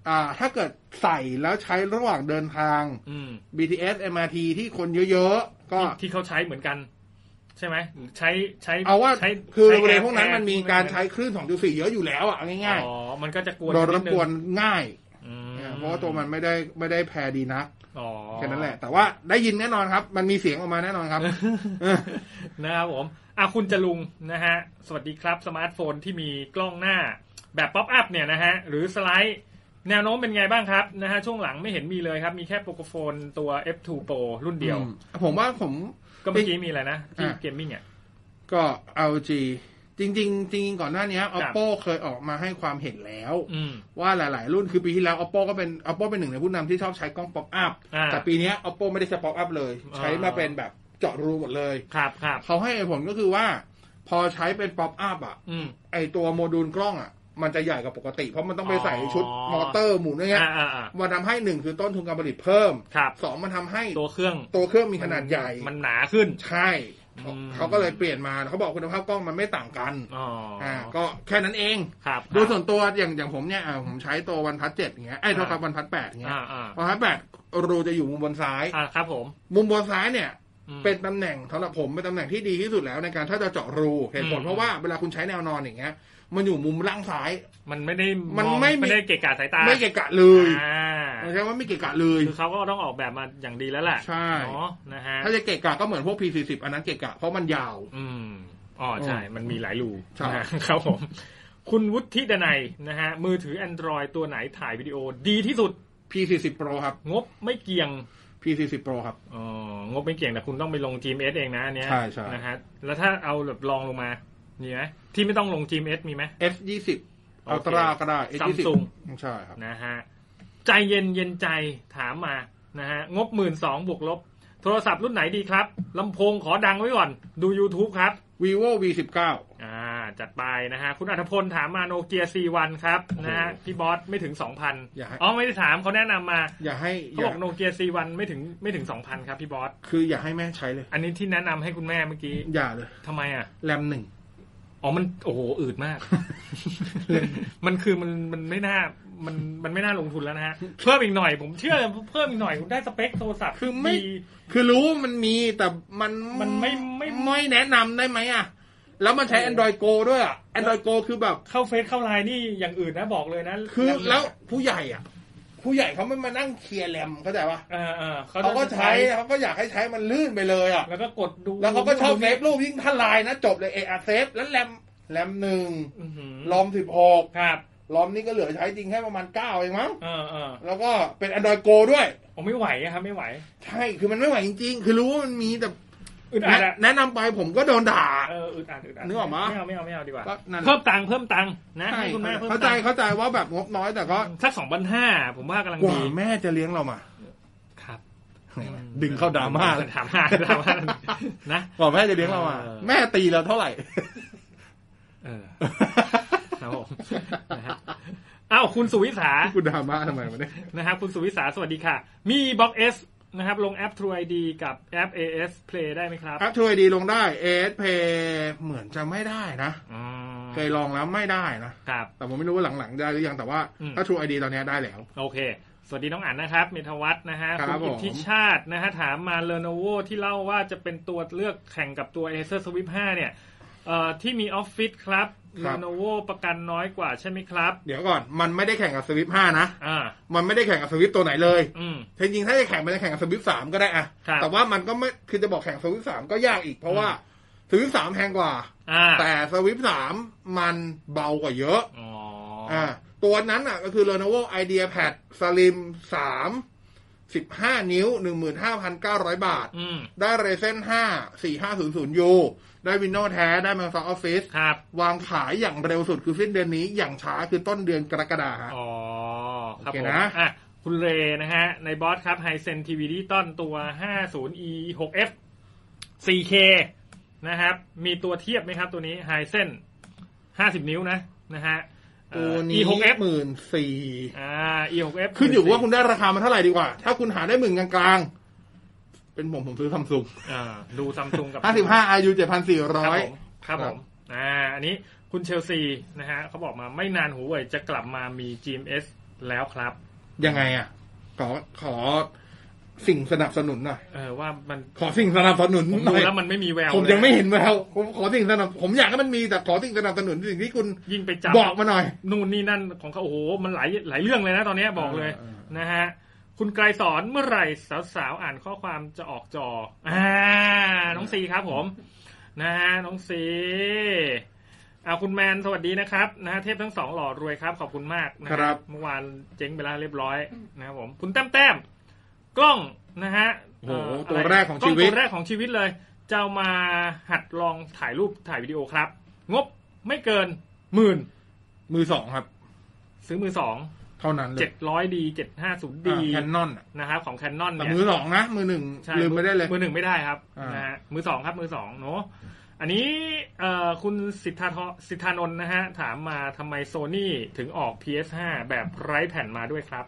อ่า ถ้าเกิดใส่แล้วใช้ระหว่างเดินทาง อืม BTS MRT ที่คนเยอะๆ ก็ ที่เขาใช้เหมือนกัน ใช่ไหมใช้ใช้ เอาว่า ใช้ คือ ใช้ บริเวณพวกนั้น AirPods มันมีการใช้คลื่น 2.4 เยอะอยู่แล้วอ่ะเอาง่าย อ๋อ มันก็จะกวน ๆโดนรบ นินึ ก ง วนง่าย อืม เพราะว่าตัวมันไม่ได้ไม่ได้แพรดีนัก อ๋อ แค่นั้นแหละ แต่ว่าได้ยินแน่นอนครับ มันมีเสียงออกมาแน่นอนครับ นะครับผมอ่ะคุณจลุงนะฮะ สวัสดีครับสมาร์ทโฟนที่มีกล้องหน้าแบบป๊อปอัพเนี่ยนะฮะ หรือสไลด์ แนวโน้มเป็นไงบ้างครับนะฮะ ช่วงหลังไม่เห็นมีเลยครับ มีแค่โปรโกโฟนตัว F2 Pro รุ่นเดียว อืมผมว่าผม ก็เมื่อกี้มีอะไรนะที่ อ่ะ เกมมิ่งอ่ะ ก็ LG จริง ๆ จริง ๆ ก่อนหน้านี้ ครับ Oppo เคยออกมาให้ความเห็นแล้ว อืม ว่าหลาย ๆ รุ่นคือปีที่แล้ว oppo ก็เป็น oppo เป็นหนึ่งในผู้นำที่ชอบใช้กล้องป๊อปอัพ อ่า แต่ปีเนี้ย oppo ไม่ได้ใช้ป๊อปอัพเลย อ่า ใช้มาเป็นแบบเจาะรูหมดเลย ครับครับ เขาให้เหตุผลก็คือว่า พอใช้เป็นป๊อปอัพอ่ะ อืม ไอตัวโมดูลกล้องอ่ะ มันจะใหญ่กว่าปกติ เพราะมันต้องไปใส่ชุดมอ๋ออเตอร์หมุนอย่างเงี้ย อ่าอ่าอ่า มันทำให้หนึ่งคือต้นทุนการผลิตเพิ่ม ครับ สองมันทำให้ ตัวเครื่อง ตัวเครื่องมีขนาดใหญ่ มันหนาขึ้น ใช่ อืม เขาก็เลยเปลี่ยนมาเขาบอกคุณภาพกล้องมันไม่ต่างกัน อ๋ออ่ าก็แค่นั้นเอง ครับ โดยส่วนตัวอย่างอย่างผมเนี่ยอ่าผมใช้ตัววันพัดเจ็ดอย่างเงี้ยไอ้เท่ากับวันพัดแปดเงี้ อ่าย อ่า วันพัดแปดรูจะอยู่มุมบนซ้าย อ่าครับผม มุมบนซ้ายเนี่ย อืม เป็นตำแหน่งสำหรับผมเป็นตำแหน่งที่ดีที่สุดแล้วในการถ้าจะเจาะรูเหตุผล อืม เพราะว่าเวลาคุณใช้แนวนอนอย่างเงี้ย มันอยู่มุมล่างซ้าย มันไม่ได้ มัน อง ไม่มี ไม่ได้เกะกะสายตา ไม่เกะกะเลย อ่า ใช่ว่าไม่เกะกะเลย คือเขาก็ต้องออกแบบมาอย่างดีแล้วแหละ ใช่ เนาะนะฮะ ถ้าจะเกะกะก็เหมือนพวก P40 อันนั้นเกะกะเพราะมันยาว อืมอ๋อใช่ มันมีหลายรู ใช่ นะฮะ ครับผม คุณวุฒิดนัยนะฮะ มือถือ Android ตัวไหนถ่ายวิดีโอดีที่สุด P40 Pro ครับ งบไม่เกี่ยง P40 Pro ครับ อ๋องบไม่เกี่ยงแต่คุณต้องไปลง GMS เองนะอันเนี้ย ใช่ใช่ นะฮะ แล้วถ้าเอาแบบลองลงมามีไหมที่ไม่ต้องลง GMS มีไหม S20 โอเค Ultra ก็ได้ S20 Samsung ใช่ครับ นะฮะ ใจเย็นเย็นใจถามมานะฮะ งบหมื่นสองบวกลบ โทรศัพท์รุ่นไหนดีครับลำโพงขอดังไว้ก่อนดู YouTube ครับ vivo V19 อ่าจัดไปนะฮะ คุณอัธพลถามมาโนเกีย4วันครับนะฮะ พี่บอสไม่ถึง 2,000 อย่าให้ อ๋อไม่ได้ถามเขาแนะนำมา อย่าให้อ เขาบ ย่า อกโนเกีย4วันไม่ถึงไม่ถึง 2,000 ครับพี่บอส คืออย่าให้แม่ใช้เลย อันนี้ที่แนะนำให้คุณแม่เมื่อกี้ อย่าเลย ทำไมอ่ะ แรมหนึ่ง อ๋อมันโอ้โหอืดมาก มันคือมันมันไม่น่ามันมันไม่น่าลงทุนแล้วนะฮะ เพิ่มอีกหน่อยผมเชื่อเพิ่มอีกหน่อยคุณได้สเปคโทรศัพท์ คือไม่ ดี คือรู้ว่ามันมีแต่มัน มันไม่ไม่ ไม่แนะนำได้ไหมอ่ะ แล้วมันใช้ Android Go ด้วยอ่ะ Android Go คือแบบ เข้าเฟซเข้าไลน์นี่อย่างอื่นนะบอกเลยนะ คือแล้วผู้ใหญ่อ่ะ ผู้ใหญ่เขาไม่มานั่งเคลียร์แรมเข้าใจปะ เออเออ เขาก็ใช้เขาก็อยากให้ใช้มันลื่นไปเลยอ่ะ แล้วก็กดดู แล้วเขาก็ชอบเซฟรูปยิ่งถ้าไลน์นะจบเลยเออะเซฟแล้วแรมแรมหนึ่ง อื้อหือ ลอมสิบหก ครับ ลอมนี่ก็เหลือใช้จริงแค่ประมาณเก้าเองมั้ง เออเออ แล้วก็เป็น Android Go ด้วย ผมไม่ไหวอะครับไม่ไหว ใช่ คือมันไม่ไหวจริงๆ คือรู้ว่ามันมีแต่ อึดอัด แนะ อะ แนะนำไปผมก็โดนด่า เอออึดอัดอึดอัด นึกออกมั้ย ไม่เอาไม่เอาไม่เอาดีกว่า ก็นั่น เพิ่มตังค์เพิ่มตังค์นะ ใช่ ให้คุณแม่เพิ่ม เข้าใจ ตังค์ เข้าใจว่าแบบงบน้อยแต่ก็ สักสองพันห้าผมว่ากำลัง กว่า ดี แม่จะเลี้ยงเรามา ครับ ดึงเข้าดราม่าเลย ถามมาดราม่า นะ กว่าแม่จะเลี้ยงเรามา เออ แม่ตีเราเท่าไหร่ เออครับผมนะฮะเอ้าคุณสุวิสา คุณดราม่าทำไมวะเนี่ย นะครับคุณสุวิสาสวัสดีค่ะ มีบ็อกเอสนะครับลงแอป True ID กับแอป AS Play ได้ไหมครับ แอปช่วยดีลงได้ AS Pay เหมือนจะไม่ได้นะ อืม เคยลองแล้วไม่ได้นะ ครับ แต่ผมไม่รู้ว่าหลังๆได้หรือยัง แต่ว่า อืม ถ้า True ID ตอนเนี้ยได้แล้ว โอเค สวัสดีน้องอั๋นนะครับ เมธวัฒน์นะฮะ ครับ ณอิทธิ ผม ชาตินะฮะถามมาเล n o v o ที่เล่าว่าจะเป็นตัวเลือกแข่งกับตัว Acer Swift 5 เนี่ยเอ่อที่มีออฟฟิศครับเล n o v o ประกันน้อยกว่าใช่ไหมครับ เดี๋ยวก่อน มันไม่ได้แข่งกับสวิฟ5นะ อ่า มันไม่ได้แข่งกับสวิฟตัวไหนเลย อืม จริงๆถ้าจะแข่งมันจะแข่งกับสวิฟสามก็ได้อะ ครับ แต่ว่ามันก็ไม่ คือจะบอกแข่งสวิฟสามก็ยากอีก เพราะว่าสวิฟสามแพงกว่า อ่า แต่สวิฟสามมันเบากว่าเยอะ อ๋อ อ่า ตัวนั้นอ่ะก็คือ Lenovo IdeaPad Slim 3 15 นิ้ว 15,900 บาท อืม ได้ Ryzen 5 4500U ได้ Windows แท้ ได้ Microsoft Office ครับ วางขายอย่างเร็วสุดคือสิ้นเดือนนี้ อย่างช้าคือต้นเดือนกรกฎาคม อ๋อ ครับ โอเค ผม นะ อ่ะ คุณเลนะฮะ ในบอสครับไฮเซนทีวีดิจิตอนตัว 50e 6f 4k นะครับ มีตัวเทียบไหมครับตัวนี้ไฮเซน50 นิ้วนะนะฮะเอ่ ตั อ ว e นี้ 6f หมื่นสี่ อ่า e 6f ขึ้นอยู่ว่าคุณได้ราคามันเท่าไหร่ดีกว่า ถ้าคุณหาได้หมื่นกลางๆ เป็นผมผมซื้อซัมซุง อ่าดูซัมซุงกับ ห้าสิบห้าอายุเจ็ดพันสี่ร้อย ครับผมครับผม อ่า อันนี้คุณเชลซีนะฮะเขาบอกมาไม่นานหูเว่ยจะกลับมามี GMS แล้วครับ ยังไงอ่ะ ขอขอสิ่งสนับสนุนหน่อย เออว่ามัน ขอสิ่งสนับสนุน ผม ห ดู น่อย แล้วมันไม่มีแวว ผมยัง ล ไม่เห็นแววผมขอสิ่งสนับ ผมอยากให้มันมีแต่ขอสิ่งสนับสนุนสิ่งที่คุณ ยิ่งไปจับ บอกมาหน่อย นู่นนี่นั่นของเขาโอ้โหมันหลายหลายเรื่องเลยนะตอนเนี้ยบอกเลย เออเออ นะฮะคุณไกรสอนเมื่อไหร่สาวๆอ่านข้อความจะออกจออ่าน้องซีครับผมนะฮะน้องซีอาคุณแมนสวัสดีนะครับนะฮะเทพทั้งสองหล่อรวยครับขอบคุณมากนะฮะ ครับ เมื่อวานเจ๊งไปแล้วเรียบร้อยนะครับผมคุณแต้มแต้มๆกล้องนะฮะ โอ้โห เ ตัวแรกของ ล้ ชีวิต ตัวแรกของชีวิตเลย จะเอามาหัดลองถ่ายรูปถ่ายวิดีโอครับ งบไม่เกินหมื่น มือสองครับ ซื้อมือสอง เท่านั้นเล เจ็ ย ดร้อยดีเจ็ดห้าศูนย์ดี แคนนอน นะครับของแคนนอน แต่ เนี่ย มือสองนะ มือหนึ่ง ใช่ ลืมไม่ได้เลย มือหนึ่งไม่ได้ครับ อ่าน นะฮะมือสองครับมือสองเนาะอันนี้เอ่อคุณสิทธาทสิทธานนท์นะฮะ ถามมาทำไมโซนี่ถึงออก PS5 แบบไร้แผ่นมาด้วยครับ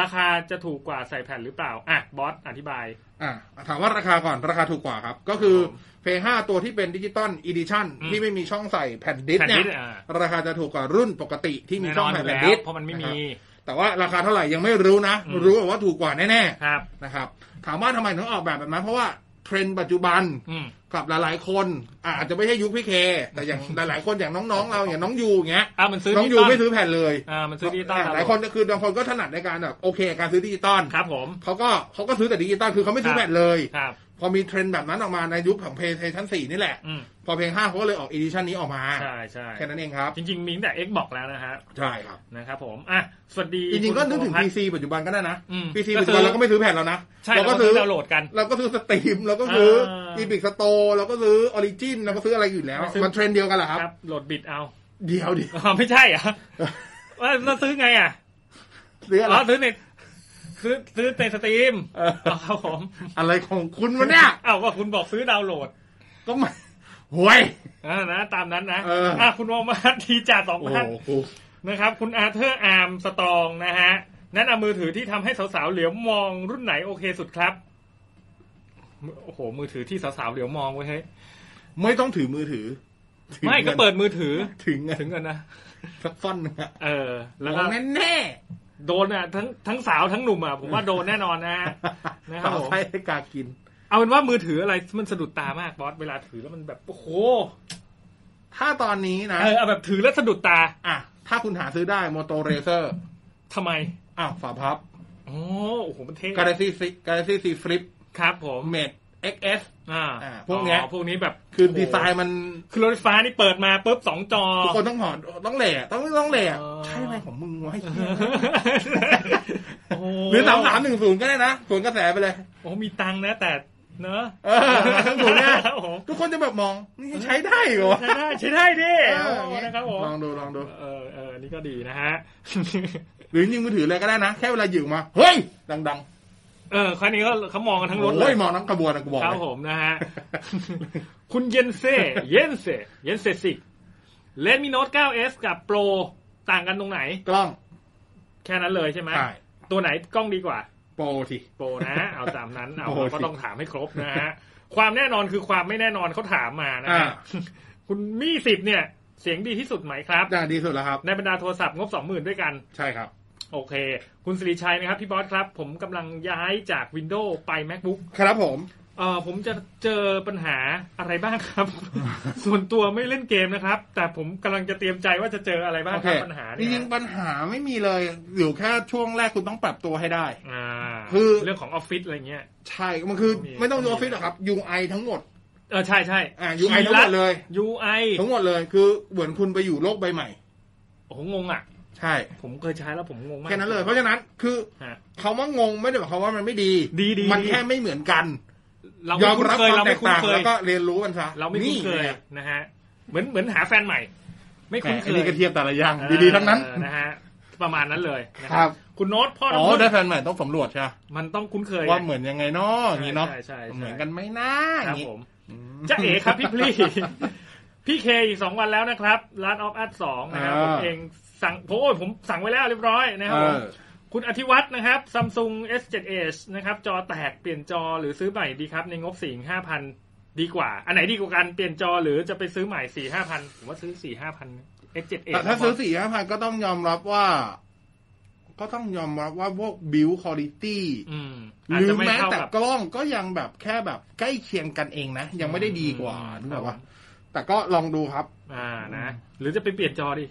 ราคาจะถูกกว่าใส่แผ่นหรือเปล่า อ่ะ บอสอธิบาย อ่ะถามว่าราคาก่อนราคาถูกกว่าครับ ก็คือ Play 5 ตัวที่เป็นดิจิตอลอีดิชั่น อืม ที่ไม่มีช่องใส่แผ่นดิส แผ่น เนี่ ดิ ย สอ่ะ ราคาจะถูกกว่ารุ่นปกติที่มี แน่น ช่อ อง นอ ใส่ ยู่ แผ่ แล้ นดิ ว ส เพราะมันไม่ะมีครับแต่ว่าราคาเท่าไหร่ยังไม่รู้นะ อืม รู้ว่าถูกกว่าแน่ ครับ ๆนะครับ ถามว่าทำไมถึงออกแบบแบบนั้นเพราะว่าเทรนด์ปัจจุบัน อืม กับหลายๆคนอ่ะอาจจะไม่ใช่ยุคพี่เค แต่อย่าง หลายๆคนอย่างน้องๆ เราอย่างน้องยูอย่างเงี้ย อ่ะมันซื้อ น้อง ดิจิ ยู ตอล ไม่ซื้อแผ่นเลย อ่ามันซื้อดิจิตอล อ่ะหลายคนก็คือบางคนก็ถนัดในการแบบโอเค การซื้อดิจิตอล ครับผม เขาก็เขาก็ซื้อแต่ดิจิตอลคือเขาไม่ซื้อแผ่นเลย ครับ พอมีเทรนด์แบบนั้นออกมาในยุคของ PlayStation 4 นี่แหละ อืม พอเพลง5เขาก็เลยออกอีดิชันนี้ออกมา ใช่ใช่ แค่นั้นเองครับ จริง ๆ มีตั้งแต่ Xbox แล้วนะฮะ ใช่ครับ นะครับผม อ่ะ สวัสดี จริงๆก็นึกถึง คุณพงษ์ PC พัฒปัจจุบันก็ได้นะ อืม PC ปัจจุบันเราก็ไม่ซื้อแผ่นแล้วนะ ใช่ เรา เรา ก็ ก็ ซื้ ซื้ อ อดาวน์โหลดกัน เราก็ซื้อสตรีมเราก็ซื้ออี อ่า พิกสโตร์เราก็ซื้อออริจินเราก็ซื้ออะไรอยู่แล้ว ไม่ซื้อ มันเทรนด์เดียวกันเหรอครับ ครับ โหลดบิดเอา เดียวดิ อ๋อไม่ใช่เหรอ่ะว่าเราซื้อไงอ่ะ ซื้ออะไร อ๋อซื้อในซื้อซื้อในสตรีม เออ อ๋อครับผม อะไรของคุณวะเนี่ย เอ้าก็คุณบอกซื้อดาวน์โหลด ก็ไม่ ห่วย อ่านะ ตามนั้นนะ เอออ่ อ่ะคุณโอมาทีจ่าสอง โอ้ พัน โห นะครับ คุณอาเธอร์อาร์มสตรองนะฮะนั่นเอามือถือที่ทำให้สาวๆ เหลียวมองรุ่นไหนโอเคสุดครับ โอ้โห มือถือที่สาวๆ เหลียวมองไว้ยเฮ้ย ไม่ต้องถือมือถือถือ ไม่ก็เปิดมือถือ ถึงเงิน ถึงกันนะ สักฟ่อนหนึงอะ เออ แล้วก็ แน่แน่ โดนอ่ะทั้งทั้งสาวทั้งหนุ่มอ่ะผมว่าโดนแน่นอนนะ ฮะ ๆ นะครับ สาว ผม ไส้ให้กากิน เอาเป็นว่ามือถืออะไรมันสะดุดตามากบอสเวลาถือแล้วมันแบบโอ้โห ถ้าตอนนี้นะ เออเอาแบบถือแล้วสะดุดตา อ่ะ ถ้าคุณหาซื้อได้มอเตอร์เรเซอร์ ทำไม อ้าวฝาพับ โอ้โอ้โหมันเท่ กาแล็กซี่กาแล็กซี่ซีฟลิป ครับผม เมดเอ็กเอส อ่า อ่าพวกเนี้ย อ๋อพวกนี้แบบ คือ โโห ดีไซน์มัน คือรถไฟฟ้านี่เปิดมาปุ๊บสองจอ ทุกคนต้องหอดต้องแหล่ต้องต้องแหล่ อ๋อ ใช่ไหมของมึงวะไอ้เหี้ย โโ หรือสามสามหนึ่งศูนย์ก็ได้นะสวนกระแสไปเลย โอ้โหมีตังค์นะแต่เนอะ เออทั้งศูนย์เนี่ย โอ้โห ทุกคนจะแบบมองนี่ใช้ได้เหรอ ใช้ได้ใช้ได้ดิ เอ โอ้ อ โหนะครับผม ลองดูลองดู เออเออนี่ก็ดีนะฮ ะ หรือยิงมือถือเลยก็ได้นะ แค่เวลาหยิบมา เฮ้ย ดัง เออครั้งนี้ก็เขามองกัน ๆ ทั้งรถเล โอ้ ย ยมองทั้งขบวนนะกูบอก ค เล รับ ย ผมนะฮ ะ คุณเยนเซ่เยนเซ่เยนเซ่สิเลนมิโนต 9S กับโปรต่างกันตรงไหน กล้อง แค่นั้นเลยใช่ไหม ใช่ ตัวไหนกล้องดีกว่า โปรที โปร นะ เอาตามนั้นเอา โปร เราก็ สิ ต้องถามให้ครบนะฮ ะ ความแน่นอนคือความไม่แน่นอนเขาถามมานะฮะ อ่า คุณมี่สิบเนี่ย เสียงดีที่สุดไหมครับ ได้ดีสุดแล้วครับ ในบรรดาโทรศัพท์งบสองหมื่นด้วยกัน ใช่ครับ โอเค คุณสิริชัยนะครับ พี่บอสครับ ผมกำลังย้ายจาก Windows ไป MacBook ครับผม เอ่อผมจะเจอปัญหาอะไรบ้างครับ ส่วนตัวไม่เล่นเกมนะครับ แต่ผมกำลังจะเตรียมใจว่าจะเจออะไรบ้าง โอ ค เครับ ปัญหา จ เนี่ย ริงๆปัญหาไม่มีเลยอยู่แค่ช่วงแรกคุณต้องปรับตัวให้ได้ อ่า คือ เรื่องของออฟฟิศอะไรเงี้ย ใช่ มันคือ มี ไม่ต้องยูออฟฟิศหรอกครับ UI ทั้งหมด เออใช่ใช่ อ่า UI ทั้งหมดเลย ยูไอ ทั้งหมดเลยคือเหมือนคุณไปอยู่โลกใบใหม่ โอ้โหงงอ่ะ ใช่ ผมเคยใช้แล้วผมงงมาก แค่นั้นเลยเพราะฉะนั้นคือ ฮะ คำว่างงไม่ได้หมายความว่ามันไม่ดี ดีดี มันแค่ไม่เหมือนกัน เรา ย ไม่ อม คุ้น รับ เคยวคามแตเราไม่ ก คุ้น ต่าง เค แล้ว ย ก็เรียนรู้กันซะ เราไม่คุ้นเคย แหละ นะฮะเหมือนเหมือนหาแฟนใหม่ ไม่ แหม คุ้นเค อัน ย นี้ก็เทียบแต่ละอย่างดีๆทั้งนั้น เออนะฮะประมาณนั้นเลยนะครับ คุณโน้ตพ่อน้ อ๋ อง อ นุ่น ได้แฟนใหม่ต้องสำรวจใช่ไหม มันต้องคุ้นเคย ว่าเหมือนยังไงเนาะอย่างนี้เนาะ ใช่ใช่ใช่ เหมือนกันไหมนะอ ครั ย่า บ งนี้ ผม อืม จ๊ะเอ๋ครับพี่พ ลี่ พี่เคอีกสองวันแล้วนะครับร้านออฟอัทสองนะครับ อ่า ผมเองสั่งผมโอ้ยผมสั่งไว้แล้วเรียบร้อยนะครับผม เออ คุณอธิวัฒน์นะครับ Samsung S7Edge นะครับ จอแตกเปลี่ยนจอหรือซื้อใหม่ดีครับ ในงบสี่ห้าพันดีกว่า อันไหนดีกว่ากันเปลี่ยนจอหรือจะไปซื้อใหม่สี่ห้าพันผมว่าซื้อสี่ห้าพัน S7Edge แต่ถ้าซื้อสี่ห้าพันก็ต้องยอมรับว่า ก็ต้องยอมรับว่าพวกบิวคุณ i t y อืม ห อาจ รือ จะไม่ แม้ เท่า แต่ กับ กล้องก็ยังแบบแค่แบบใกล้เคียงกันเองนะ ยังไม่ได้ดีกว่านึกออกปะแต่ก็ลองดูครับ อ่านะ หรือจะไปเปลี่ยนจอดิ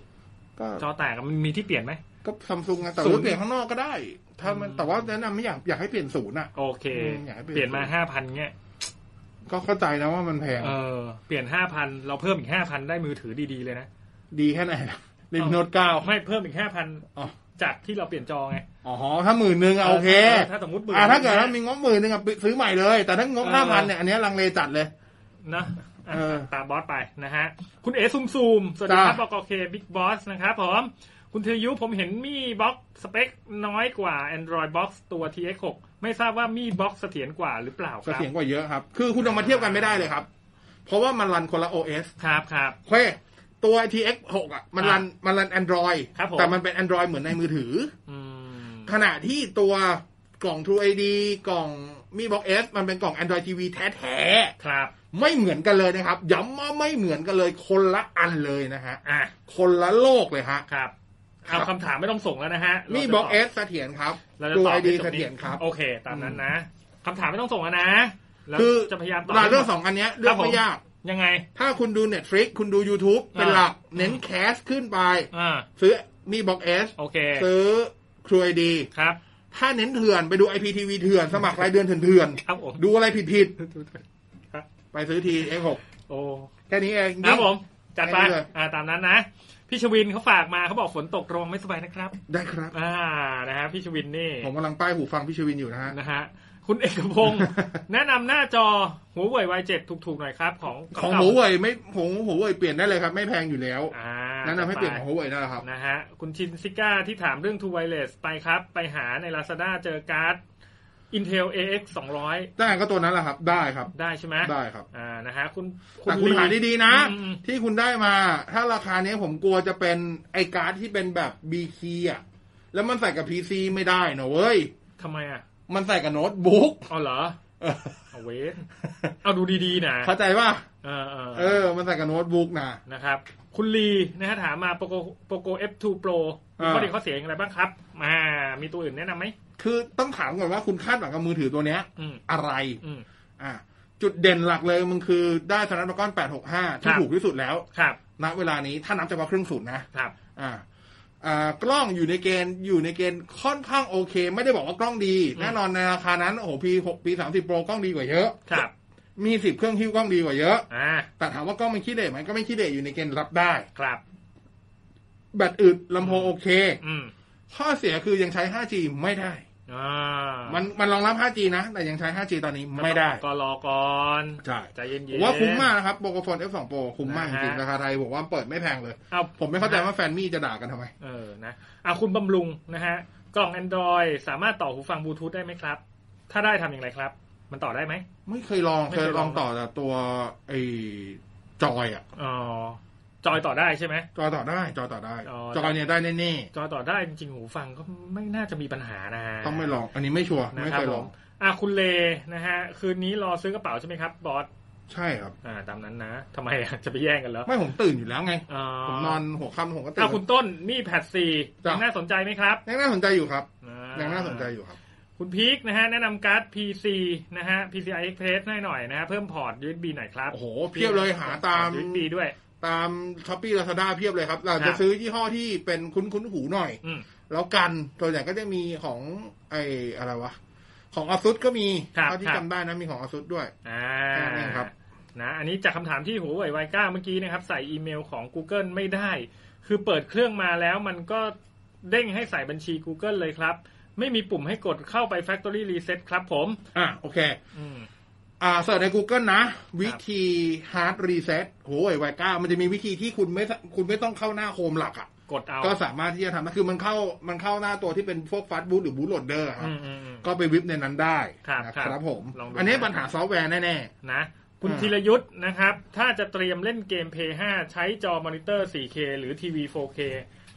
ก็ จอแตกอะมันมีที่เปลี่ยนไหม ก็ซัมซุงนะแต่ ศูน ว่า ย์ เปลี่ยนข้างนอกก็ได้ ถ้ามันแต่ว่าแนะนำไม่อยากอยากให้เปลี่ยนศูนย์อ่ะ โอเค อืมอยากให้เปลี่ยน เปลี่ยนมาห้าพันเงี้ย ก็เข้าใจนะว่ามันแพง เออเปลี่ยนห้าพันเราเพิ่มอีกห้าพันได้มือถือดีๆเลยนะ ดีแค่ไหน นะรีโนดเก้า ไม่เพิ่มอีกห้าพัน อ๋อ จากที่เราเปลี่ยนจอไง อ๋อถ้าหมื่นหนึ่งอะโอเค ถ้าสมมติหมื่ อ่ะถ้าเกิดว่า นะ มีงบหมื่นหนึ่งอะซื้อใหม่เลย แต่ถ้างบ เออ ห้าพันเนี่ยอันเนี้ยลังเลจัดเลย นะอ่ะ เออ ตามบอสไปนะฮะ คุณเอซุมซูมสวัสดีครับบ จ้า กเคบิ๊กบอสนะครับผม คุณเทยุผมเห็นมี่บ็อกสเปคน้อยกว่า Android Box ตัว TX6 ไม่ทราบว่ามี่บ็อกเสถียรกว่าหรือเปล่าค เส รับ ถียรกว่าเยอะครับ คือคุณเอามาเทียบกันไม่ได้เลยครับ เพราะว่ามันรันคนละ OS ครับครับ โอเคตัว TX 6อ่ะ มันรัน มันรัน Android ครับผม แต่มันเป็น Android เหมือนในมือถือ อืม ขณะที่ตัวกล่อง True ID กล่องมี Box S มันเป็นกล่อง Android TV แท้ ครับ ๆ ไม่เหมือนกันเลยนะครับ ย้ำว่าไม่เหมือนกันเลย คนละอันเลยนะฮะ อ่ะ คนละโลกเลยฮะ ครับ เอาคำถามไม่ต้องส่งแล้วนะฮะ มี เราจะ Box S ตเสถียรครับ เราจะ True ตอบ ID ให้จ เส บ ถียรครับ โอเค ตามนั้นนะคำถามไม่ต้องส่งแล้วนะ แล้ว คือ จะพยายามตอบ รายเรื่อง ให้หมด สองอันเนี้ยเรื่อง ผ ไม่ ม ยาก ยังไง ถ้าคุณดู Netflix คุณดู YouTube เป็น อ่า หลัก เน้นแคสขึ้นไป อ่า ซื้อมีบ็อกเอส โอเค ซื้อครูไอดี ครับ ถ้าเน้นเถื่อนไปดู IPTV เถื่อน สมัครรายเดือนเถื่อน ครับผม ๆดูอะไรผิดผิด ครับ ๆไปซื้อที X6 โอ้ แค่นี้เอง ครับผม จัดไป แค่นี้เลย อ่าตามนั้นนะ พี่ชวินเขาฝากมาเขาบอกฝนตกระวังไม่สบายนะครับ ได้ครับ อ่า นะฮะ พี่ชวินนี่ ผมกำลังป้ายหูฟังพี่ชวินอยู่นะฮะ นะฮะ คุณเอกพ งศ์ แนะนำหน้าจอหัวเว่ย Y7 ถูกๆหน่อยครับ ของ ของ เก่า หัวเว่ยไม่ของหัวเว่ยเปลี่ยนได้เลยครับ ไม่แพงอยู่แล้ว อ่า แนะนำให้เปลี่ยนข จั อ ด ง ไ หัวเว่ยนั่นแหละครับ นะฮะ คุณชินซิก้าที่ถามเรื่อง True Wireless ไปครับ ไปหาใน Lazada เจอการ์ด Intel AX 200 ได้ก็ตัวนั้นแหละครับ ได้ครับ ได้ใช่ไหม ได้ครับ อ่านะฮะ คุณ แต่คุณหา ลี ดีๆนะ อืมอืม ที่คุณได้มา ถ้าราคาเนี้ยผมกลัวจะเป็นไอการ์ดที่เป็นแบบ B คีอ่ะ แล้วมันใส่กับ PC ไม่ได้นะเว้ย ทำไมอ่ะ มันใส่กับโน้ตบุ๊ก อ๋อเหรอเอาเวนเอาดูดีๆนะ เข้าใจป่ะ เออเออ เออ มันใส่กับโน้ตบุ๊กนะ นะครับ คุณลีนะฮะถามมาโปโกโปโก F2 Pro มี อ่า ข้อดีข้อเสียอย่างไรบ้างครับมามีตัวอื่นแนะนำไหม คือต้องถามก่อนว่าคุณคาดหวังกับมือถือตัวเนี้ย อืม อะไร อืม อ่ะจุดเด่นหลักเลยมันคือได้ธนาคาร865 ค ที่ รับ ถูกที่สุดแล้ว ครับ ณ เวลานี้ถ้านับเฉพาะเครื่องสูตรนะ ครับ อ่า อ่ากล้องอยู่ในเกณฑ์อยู่ในเกณฑ์ค่อนข้างโอเค ไม่ได้บอกว่ากล้องดี แน่นอนในราคานั้น โอ้โหปีหกปีสามสิบโปรกล้องดีกว่าเยอะ ครับ มีสิบเครื่องคิ้วกล้องดีกว่าเยอะ อ่า แต่ถามว่ากล้องมันขี้เหร่ไหมก็ไม่ขี้เหร่อยู่ในเกณฑ์รับได้ ครับ แบตอึดลำโพงโอเค อืม ข้อเสียคือยังใช้ 5G ไม่ได้ อ่า มันมันรองรับ 5G นะ แต่ยังใช้ 5G ตอนนี้ไม่ได้ ก็รอก่อน ใช่ ใจเย็นๆ ผมว่าคุ้มมากนะครับโปรโกฟอน F2 Pro คุ้มมากจริงๆนะฮะราคาไทยผมว่าเปิดไม่แพงเลย เอา ผมไม่เข้าใจว่าแฟนมี่จะด่ากันทำไม เออนะเอาคุณบำรุงนะฮะ กล่อง Android สามารถต่อหูฟังบลูทูธได้ไหมครับ ถ้าได้ทำอย่างไรครับ มันต่อได้ไหม ไม่เคยลอง ไม่ เค เคยยล ล อ อง งต่อแต่ตัวไอ้จอยอะ อ๋อ จอยต่อได้ใช่ไหม จอยต่อได้ จอยต่อได้ อ๋อ จอยเนี่ยได้แน่ จอยต่อได้จริงๆหูฟังก็ไม่น่าจะมีปัญหานะฮะ ๆต้องไม่ลอง อันนี้ไม่ชัวร์ นะ ไม่ ครับ เคย ผ ลอ ม ง อ่ะคุณเลนะฮะ คืนนี้รอซื้อกระเป๋าใช่ไหมครับ บอส ใช่ครับ อ่า ตามนั้นนะทำไมอ่ะ จะไปแย่งกันเหรอ ไม่ผมตื่นอยู่แล้วไง อ๋อ ผมนอนหัวค่ำผมก็ตื่ อ่ะ น คุณต้นนี่แพดสี่ จ้ะ น่าสนใจไหมครับ ยังน่าสนใจอยู่ครับยังน่าสนใจอยู่ครับ คุณพีคนะฮะ แนะนำการ์ด PC นะฮะ PCI Express ให้หน่อยนะฮะ เพิ่มพอร์ต USB หน่อยครับ โอ้โหเพียบเลยหาตาม พอร์ USB ด้วย ตามช้อปปี้ลาซาด้าเพียบเลยครับ เรา ครั จะ บ ซื้อยี่ห้อที่เป็นคุ้นคุ้นๆหูหน่อย อืม แล้วกันตัวอย่างก็จะมีของไออะไรวะ ของอ s ซุก็มีเท่าที่จำได้นะมีของอ s ซุด้วย อ่า แค่นั้นเองครับ นะอันนี้จากคำถามที่หัวเว่ย Y9 เมื่อกี้นะครับ ใส่อีเมลของ Google ไม่ได้ คือเปิดเครื่องมาแล้วมันก็ เด้งให้ใส่บัญชี Google เลยครับ ไม่มีปุ่มให้กดเข้าไป Factory Reset ครับผม อ่ะโอเค อืม อ่าเสิร์ชใน Google นะ วิธีฮาร์ดรีเซ็ตโหยไวก้ามันจะมีวิธีที่คุณไม่คุณไม่ต้องเข้าหน้าโคมหลักอ่ะ กดเอา ก็สามารถที่จะทำนะคือมันเข้ามันเข้าหน้าตัวที่เป็นพวกฟาสต์บูธหรือบูธโหลดเดอร์ครับ อืมอืมอืม ก็ไปวิบในนั้นได้ ครับ นะครับ ครับผม ลองดู อันนี้ปัญหาซอฟต์แวร์แน่ นะคุณ อ่า ธีรยุทธ์นะครับ ถ้าจะเตรียมเล่นเกม p 5ใช้จอมอนิเตอร์ 4K หรือทีวี 4K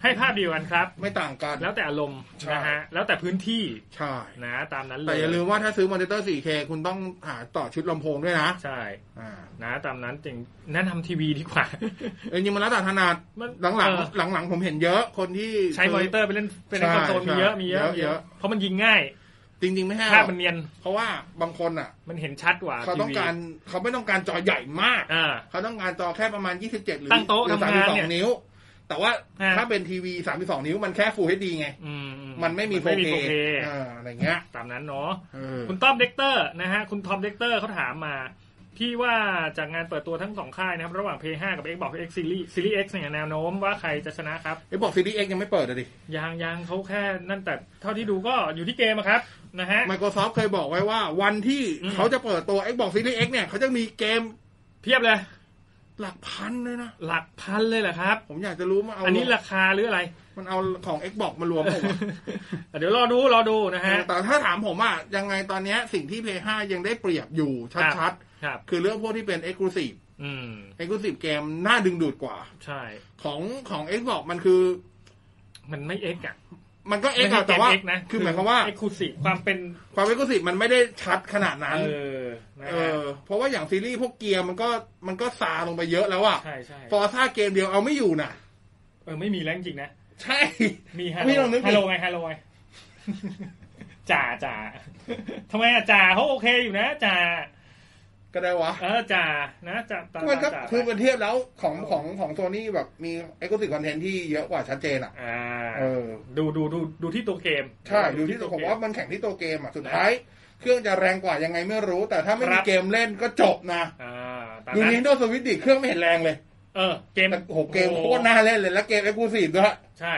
ให้ภาพเดียวกันครับ ๆ ไม่ต่างกัน แล้วแต่อารมณ์ ใช่ นะฮะ แล้วแต่พื้นที่ ใช่ นะตามนั้นเล แต่ ย อย่าลืมว่าถ้าซื้อมอนิเตอร์ 4K คุณต้องหาต่อชุดลำโพงด้วยนะ ใช่ อ่า นะตามนั้นจึงแนะนำทีวีดีกว่า เอ้ยนี่มันแล้วแต่ถนัด มัน หลัง เออ ๆหลังๆผมเห็นเยอะคนที่ ใช้มอนิเตอร์ไปเล่นเป็นในคอนโซลมีเยอะมีเยอะมีเยอะ เพราะมันยิงง่าย จริงๆไม่ให้หร ภาพ อก มันเนียน เพราะว่าบางคนอ่ะ มันเห็นชัดกว่า เขา ที ต้อง วี การเขาไม่ต้องการจอใหญ่มาก อ่า เขาต้องการจอแค่ประมาณ 27 หรือ ตั้งโต๊ะ หรือ ทำงานเนี่ย 32 นิ้ว แต่ว่า ฮะ ถ้าเป็นทีวี 32 นิ้วมันแค่ Full HD ไง อื มันไม่มี น 4K 4K อ่าอะไรเงี้ย ตามนั้นเนาะ เออ คุณต้อมเด็กเตอร์นะฮะ คุณทอมเด็กเตอร์เขาถามมา พี่ว่าจากงานเปิดตัวทั้งสองค่ายนะครับ ระหว่าง Play 5กับ Xbox X Series Series X เนี่ยแนวโน้มว่าใครจะชนะครับ ไอ้บอกซีรีส์ X ยังไม่เปิดอะดิ ยังยังเขาแค่นั่นแต่เท่าที่ดูก็อยู่ที่เกมอะครับ นะฮะ Microsoft เคยบอกไว้ว่าวันที่ อืม เขาจะเปิดตัว Xbox Series X เนี่ย เขาจะมีเกม เพียบเลย หลักพันเลยนะ หลักพันเลยเหรอครับ ผมอยากจะรู้มันเอา อันนี้ราคาหรืออะไร มันเอาของ Xbox มารวมผม เดี๋ยวรอดูรอดูนะฮะ แต่ถ้าถามผมอ่ะยังไงตอนเนี้ยสิ่งที่ Play 5ยังได้เปรียบอยู่ชัด ครับ ๆ คือเรื่องพวกที่เป็น Exclusive อืม Exclusive เกมน่าดึงดูดกว่า ใช่ ของของ Xbox มันคือ มันไม่ X อ่ะ มันก็ X ไม่ใช่ อะ เก แต่ ม ว่า X นะ คือหมายความว่า เอ็กซ์คลูซีฟความเป็น ความ Exclusive มันไม่ได้ชัดขนาดนั้น เออนะ เอ ฮะ อ เพราะว่าอย่างซีรีส์พวกเกียร์มันก็มันก็ซาลงไปเยอะแล้วอะ ใช่ใช่ ฟอร์ซ่าเกมเดียวเอาไม่อยู่น่ะ เออไม่มีแล้วจริงๆนะ ใช่ มีฮา พี่ โล ลองนึกดิ ฮาโลไงฮาโลไงจ่าจ่าทำไมอะจ่าเขาโอเคอยู่นะจ่า ก็ได้วะ เออจ่านะจ่าตาม มันก็ ตามจ่า คือมันเทียบแล้วของของของโซนี่แบบมี Exclusive Content ที่เยอะกว่าชัดเจนอะ อ่า เออ ดูดูดูดูที่ตัวเกม ใช่ ดูที่ตัวผมว่ามันแข่งที่ตัวเกมอะสุดท้าย เครื่องจะแรงกว่ายังไงไม่รู้ แต่ถ้าไม่มีเกมเล่นก็จบนะ อ่าตาม ดู นั้น นินโดสวิตดิเครื่องไม่เห็นแรงเลย เออ เกม แต่โอ้โหเกมโคตรน่าเล่นเลย แล้วเกมเอ็กซ์คลูซีฟด้วย ใช่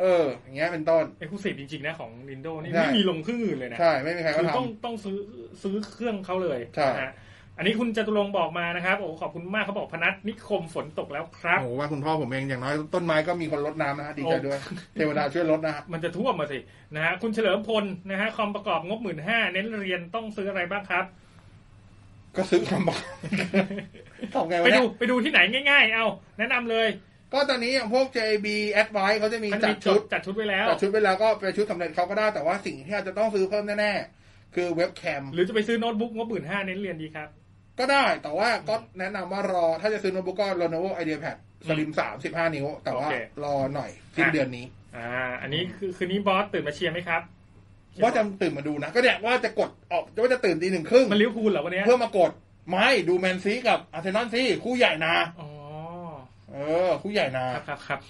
เออ อย่างเงี้ยเป็นต้น เอ็กซ์คลูซีฟจริงๆนะของ Nintendo นี่ ใช่ ไม่มีลงเครื่องอื่นเลยนะ ใช่ไม่มีใคร คื เขา อ ท ต้องต้องซื้อซื้อเครื่องเขาเลย ใช่ นะฮะอันนี้คุณจตุรงค์บอกมานะครับโอ้ขอบคุณมากเขาบอกพนัสนิคมฝนตกแล้วค ำ รับ โอ้โหว่าคุณพ่อผมเองอย่างน้อยต้นไม้ก็มีคนรดน้ำนะฮะดีใจด้วย เทวดาช่วยรดนะฮะ มันจะท่วมมาสินะฮะคุณเฉลิมพลนะฮะคอมประกอบงบหมื่นห้าเน้นเรียนต้องซื้ออะไรบ้างครับ ก็ซื้อคำบอก ทำไง ไปวะเนี่ ดู ย ไปดูที่ไหนง่าย ๆ เอาแนะนำเลย ก็ตอนนี้อย่างพวก JB Advice เขาจะมี มัน จั มี ดชุด จัดชุดไว้แล้ว จัดชุดไปแล้วก็ไปชุดสำเร็จเขาก็ได้แต่ว่าสิ่งที่อาจจะต้องซื้อเพิ่มแน่ๆ คือเว็บแคม หรือจะไปซื้อโน้ตบุ๊กงบหมื่นห้าเน้นเรียนดีครับ ก็ได้ แต่ว่าก็แนะนำว่ารอถ้าจะซื้อโน้ตบุ๊กก็ Lenovo IdeaPad Slim 3 15 นิ้ว แต่ว่า โอเค รอหน่อยสิ้นเดือนนี้ อ่า อันนี้คือคืนนี้บอสตื่นมาเชียร์ไหมครับ ว่าจะตื่นมาดูนะ ก็เนี่ยว่าจะกดออกว่าจะตื่นตีหนึ่งครึ่ง มันลิเวอร์พูลเหรอวันเนี้ย เพื่อมากด ไม่ดูแมนซีกับอาร์เซนอลซีคู่ใหญ่นะ อ๋อ เออ คู่ใหญ่นะครับ ครับครับ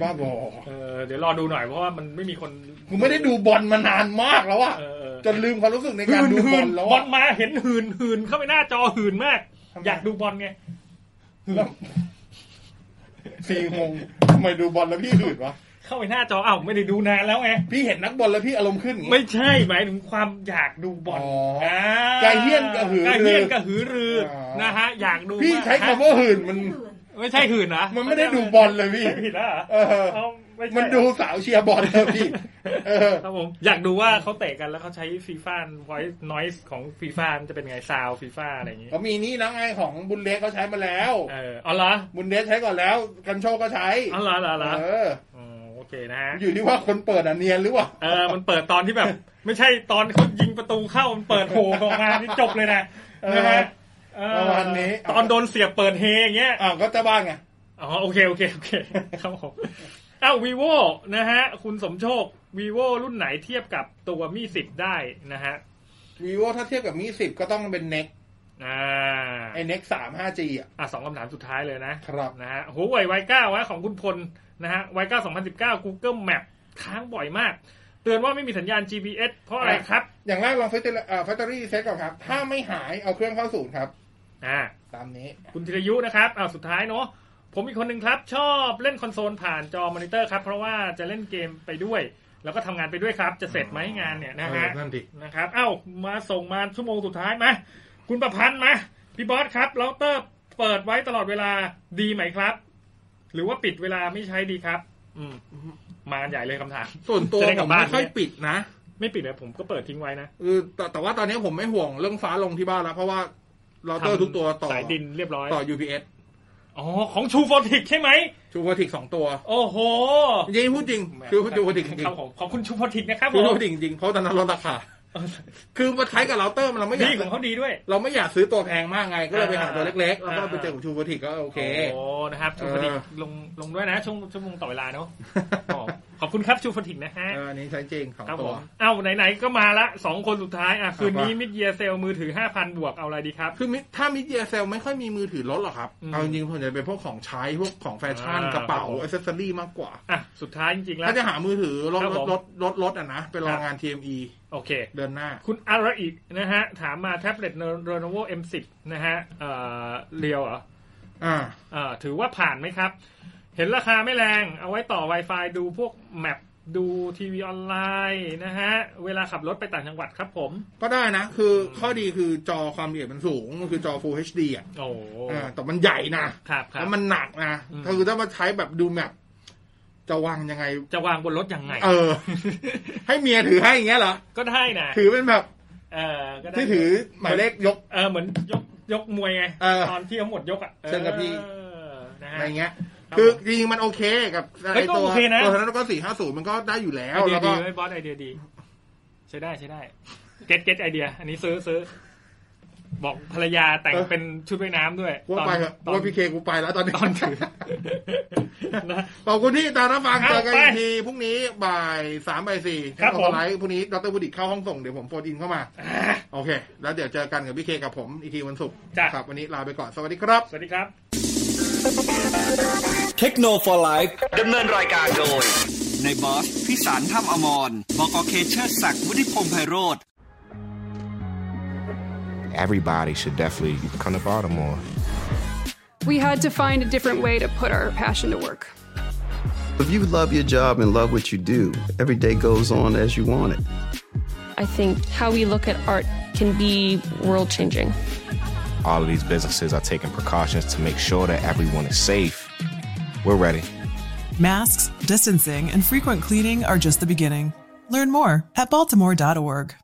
บ้าบอ เออเดี๋ยวรอดูหน่อยเพราะว่ามันไม่มีคน กูไม่ได้ดูบอลมานานมากแล้วอะ เออเออ จนลืมความรู้สึกในการดูบอลแล้ว บอ อะ ลมาเห็นหืนหืนเข้าไปหน้าจอหืนมาก ทำไม อยากดูบอลไง แล้วสี่งงทำไมดูบอลแล้วพี่หืดวะ เข้าไปหน้าจออ้าวไม่ได้ดูนานแล้วไง พี่เห็นนักบอลแล้วพี่อารมณ์ขึ้นอย่างงี้ ไม่ใช่หมายถึงความอยากดูบอล อ๋ออ่ าก ระเหี้ยนกระหือรือ ไเหี้ยนกระหือรือ อ๋อ นะฮะ อยากดู พี่ มาก ใช้คำว่าหืนมัน ไม่ใช่หืนนะ มันไม่ได้ดูบอลเลยพี่ ผิดแล้วเหรอ เออ เอาไใช่ มันดูสาวเชียร์บอลเลยพี่ เออ ครับผมอยากดูว่าเขาเตะกันแล้วเขาใช้ฟีฟ่าไว้นอยส์ของฟีฟ่ามันจะเป็นไงซาวฟีฟ่าอะไรอย่างงี้ เขามีนี่แล้วไงของบุนเดสเขาใช้มาแล้ว เออเอาเหรอ บุนเดสใช้ก่อนแล้ว กันโชคก็ใช้ เอาเหรอเหรอเหรอ เออ อ๋อโอเคนะฮะ อยู่ที่ว่าคนเปิดอ่ะเนียนหรือเปล่า เออมันเปิดตอนที่แบบ ไม่ใช่ตอนเขายิงประตูเข้ามันเปิดโหออกมานี่จบเลยนะนะฮะเออ ประมาณนี้ ตอนโดนเสียบเปิดเฮอย่างเงี้ย อ้าวก็เจะบ้านไง อ๋อโอเค โอเค โอ เค ครับผมเอ้า vivo นะฮะ คุณสมโชค vivo รุ่นไหนเทียบกับตัวมีสิบได้นะฮะ vivo ถ้าเทียบกับมีสิบก็ต้องเป็น nex อ่า ไอ้ nex สาม 5g อ่ะ อ่ะสองคำถามสุดท้ายเลยนะครับ นะฮะหัวเว่ยไวเก้าวะของคุณพลนะฮะไวเก้าสองพันสิบเก้า Google Map ค้างบ่อยมาก เตือนว่าไม่มีสัญญาณ GPS เพราะอะไรครับ อย่างแรกลอง factory เอ่อ factory reset ก่อนครับ ถ้าไม่หายเอาเครื่องเข้าศูนย์ครับ อ่า ตามนี้ คุณธีรยุนะครับอ้าวสุดท้ายเนาะ ผมอีกคนหนึ่งครับ ชอบเล่นคอนโซลผ่านจอมอนิเตอร์ครับ เพราะว่าจะเล่นเกมไปด้วย แล้วก็ทำงานไปด้วยครับ จะเสร็จไหมงานเนี่ยนะฮะ เออนั่นดิ นะครับเอ้ามาส่งมาชั่วโมงสุดท้ายมาคุณประพันธ์มาพี่บอสครับเราเตอร์เปิดไว้ตลอดเวลาดีไหมครับ หรือว่าปิดเวลาไม่ใช้ดีครับ อืมมากันใหญ่เลยคำถาม ส่วนตัว จะได้ก ผ ลับ ม บ้าน ไม่ค่อยปิดนะ ไม่ปิดเลยผมก็เปิดทิ้งไว้นะ เออแต่แต่ว่าตอนนี้ผมไม่ห่วงเรื่องฟ้าลงที่บ้านแล้ว เพราะว่าเราเตอร์ทุกตัวต่อ สายดินเรียบร้อย ต่อ UPS อ๋อของชูโฟติกใช่ไหม ชูโวติกสองตัว โอ้โห จริงๆพูดจริงคือชูโวติกจริง ครับผมขอบคุณชูโฟติกนะครับ ๆ ผ ชู ม โวติกจริงๆเพราะตอนนั้นลดราคา เออ คือมาใช้กับเราเตอร์มันเราไม่อยา ดี ก ของเขาดีด้วย เราไม่อยากซื้อตัวแพงมากไง ก็เลยไปหาตัวเล็กๆแล้วก็ อ่า ไปเจอของชูโวติกก็โอเค โอ้นะครับชูโฟติกลงลงด้วยนะช่วงชั่วโมงต่อเวลาเนาะอ๋อขอบคุณครับชูโฟติกนะฮะ เอออันนี้ใช้จริงสอง ครับ ตั ผ ว ม เอ้า ไหน ๆ ก็มาละสองคนสุดท้าย อ่ะ คืนคนี้รับ มิดเยียเซลมือถือ 5,000 บวก เอาอะไรดีครับ คือมิถ้ามิดเยียเซลไม่ค่อยมีมือถือลดหรอกครับ อืม เอาจริงๆผมจะเป็นพวกของใช้พวกของแฟชั่น อ่าก ระเป๋า ครับผม อิสซอรี่มากกว่า อ่ะ สุดท้ายจริง ๆ แล้ว ถ้าจะหามือถือลด ครับ ล ผ ด ม ลดลดลดอ่ะนะเป็นราย ครับ งาน TME โอเค เดือนหน้า คุณอาระอินะฮะ ถามมาแท็บเล็ตเรโนโว M10 นะฮะ เอ่อเรียวเหรอ อ่า เอ่อถือว่าผ่านไหมครับ เห็นราคาไม่แรง เอาไว้ต่อ Wi-Fi ดูพวกแมปดูทีวีออนไลน์นะฮะ เวลาขับรถไปต่างจังหวัดครับผม ก็ได้นะ คือข้อดีคือจอความละเอียดมันสูงมันคือจอ Full HD อ่ะ โอ้โห อ่าแต่มันใหญ่นะครับ ครับ แล้วมันหนักนะ อืม คือถ้ามาใช้แบบดูแมพจะวางยังไง จะวางบนรถยังไง เอ อ ให้เมียถือให้อย่างเงี้ยเหรอ ก็ได้นะ ถือเป็นแบบ เออก็ได้ ที่ถือหมายเลขยก เออเหมือนยกยกมวยไง เออ ตอนที่เขาหมดยกอ่ะ เชิญครับพี่ เออนะฮะ อะไรเงี้ย ครับ คือจริงๆมันโอเคกับไอเฮ้ย ก็ ตัว โอเคนะ ตัวนั้นก็สี่ห้าศูนย์มันก็ได้อยู่แล้ว ไอเดีย แล้ว ดี ก็ ไว้ยบอสไอเดียดี ใช้ได้ใช้ได้ เก็ตเก็ตไอเดีย อันนี้ซื้อซื้อ บอกภรรยาแต่ง เออ เป็นชุดว่ายน้ำด้วย ว่าไปเถอะ ตอน ว่าพี่เคกูไปแล้วตอนนี้ ตอนถือ นะ ขอบคุณที่ติดตามรับฟัง ครับ เจอกันอีกไปทีพรุ่งนี้บ่ายสามบ่ายสี่ ครับผม ไลฟ์พรุ่งนี้ดรพุดิตเข้าห้องส่งเดี๋ยวผมโฟนอินเข้ามา โอเค แล้วเดี๋ยวเจอกันกับพี่เคกับผมอีกทีวันศุกร์ จ้ะ ครับ วันนี้ลาไปก่อน สวัสดีครับ สวัสดีครับ เทคโนโลยี ดำเนินรายการโดย ในบอสพิสารถ้ำอมรบอกอเคเชอร์ศักดิ์วุฒิพงษ์ไพโรธ everybody should definitely come to Baltimore. We had to find a different way to put our passion to work. If you love your job and love what you do, every day goes on as you want it. I think how we look at art can be world changing. All of these businesses are taking precautions to make sure that everyone is safe. We're ready. Masks, distancing, and frequent cleaning are just the beginning. Learn more at baltimore.org.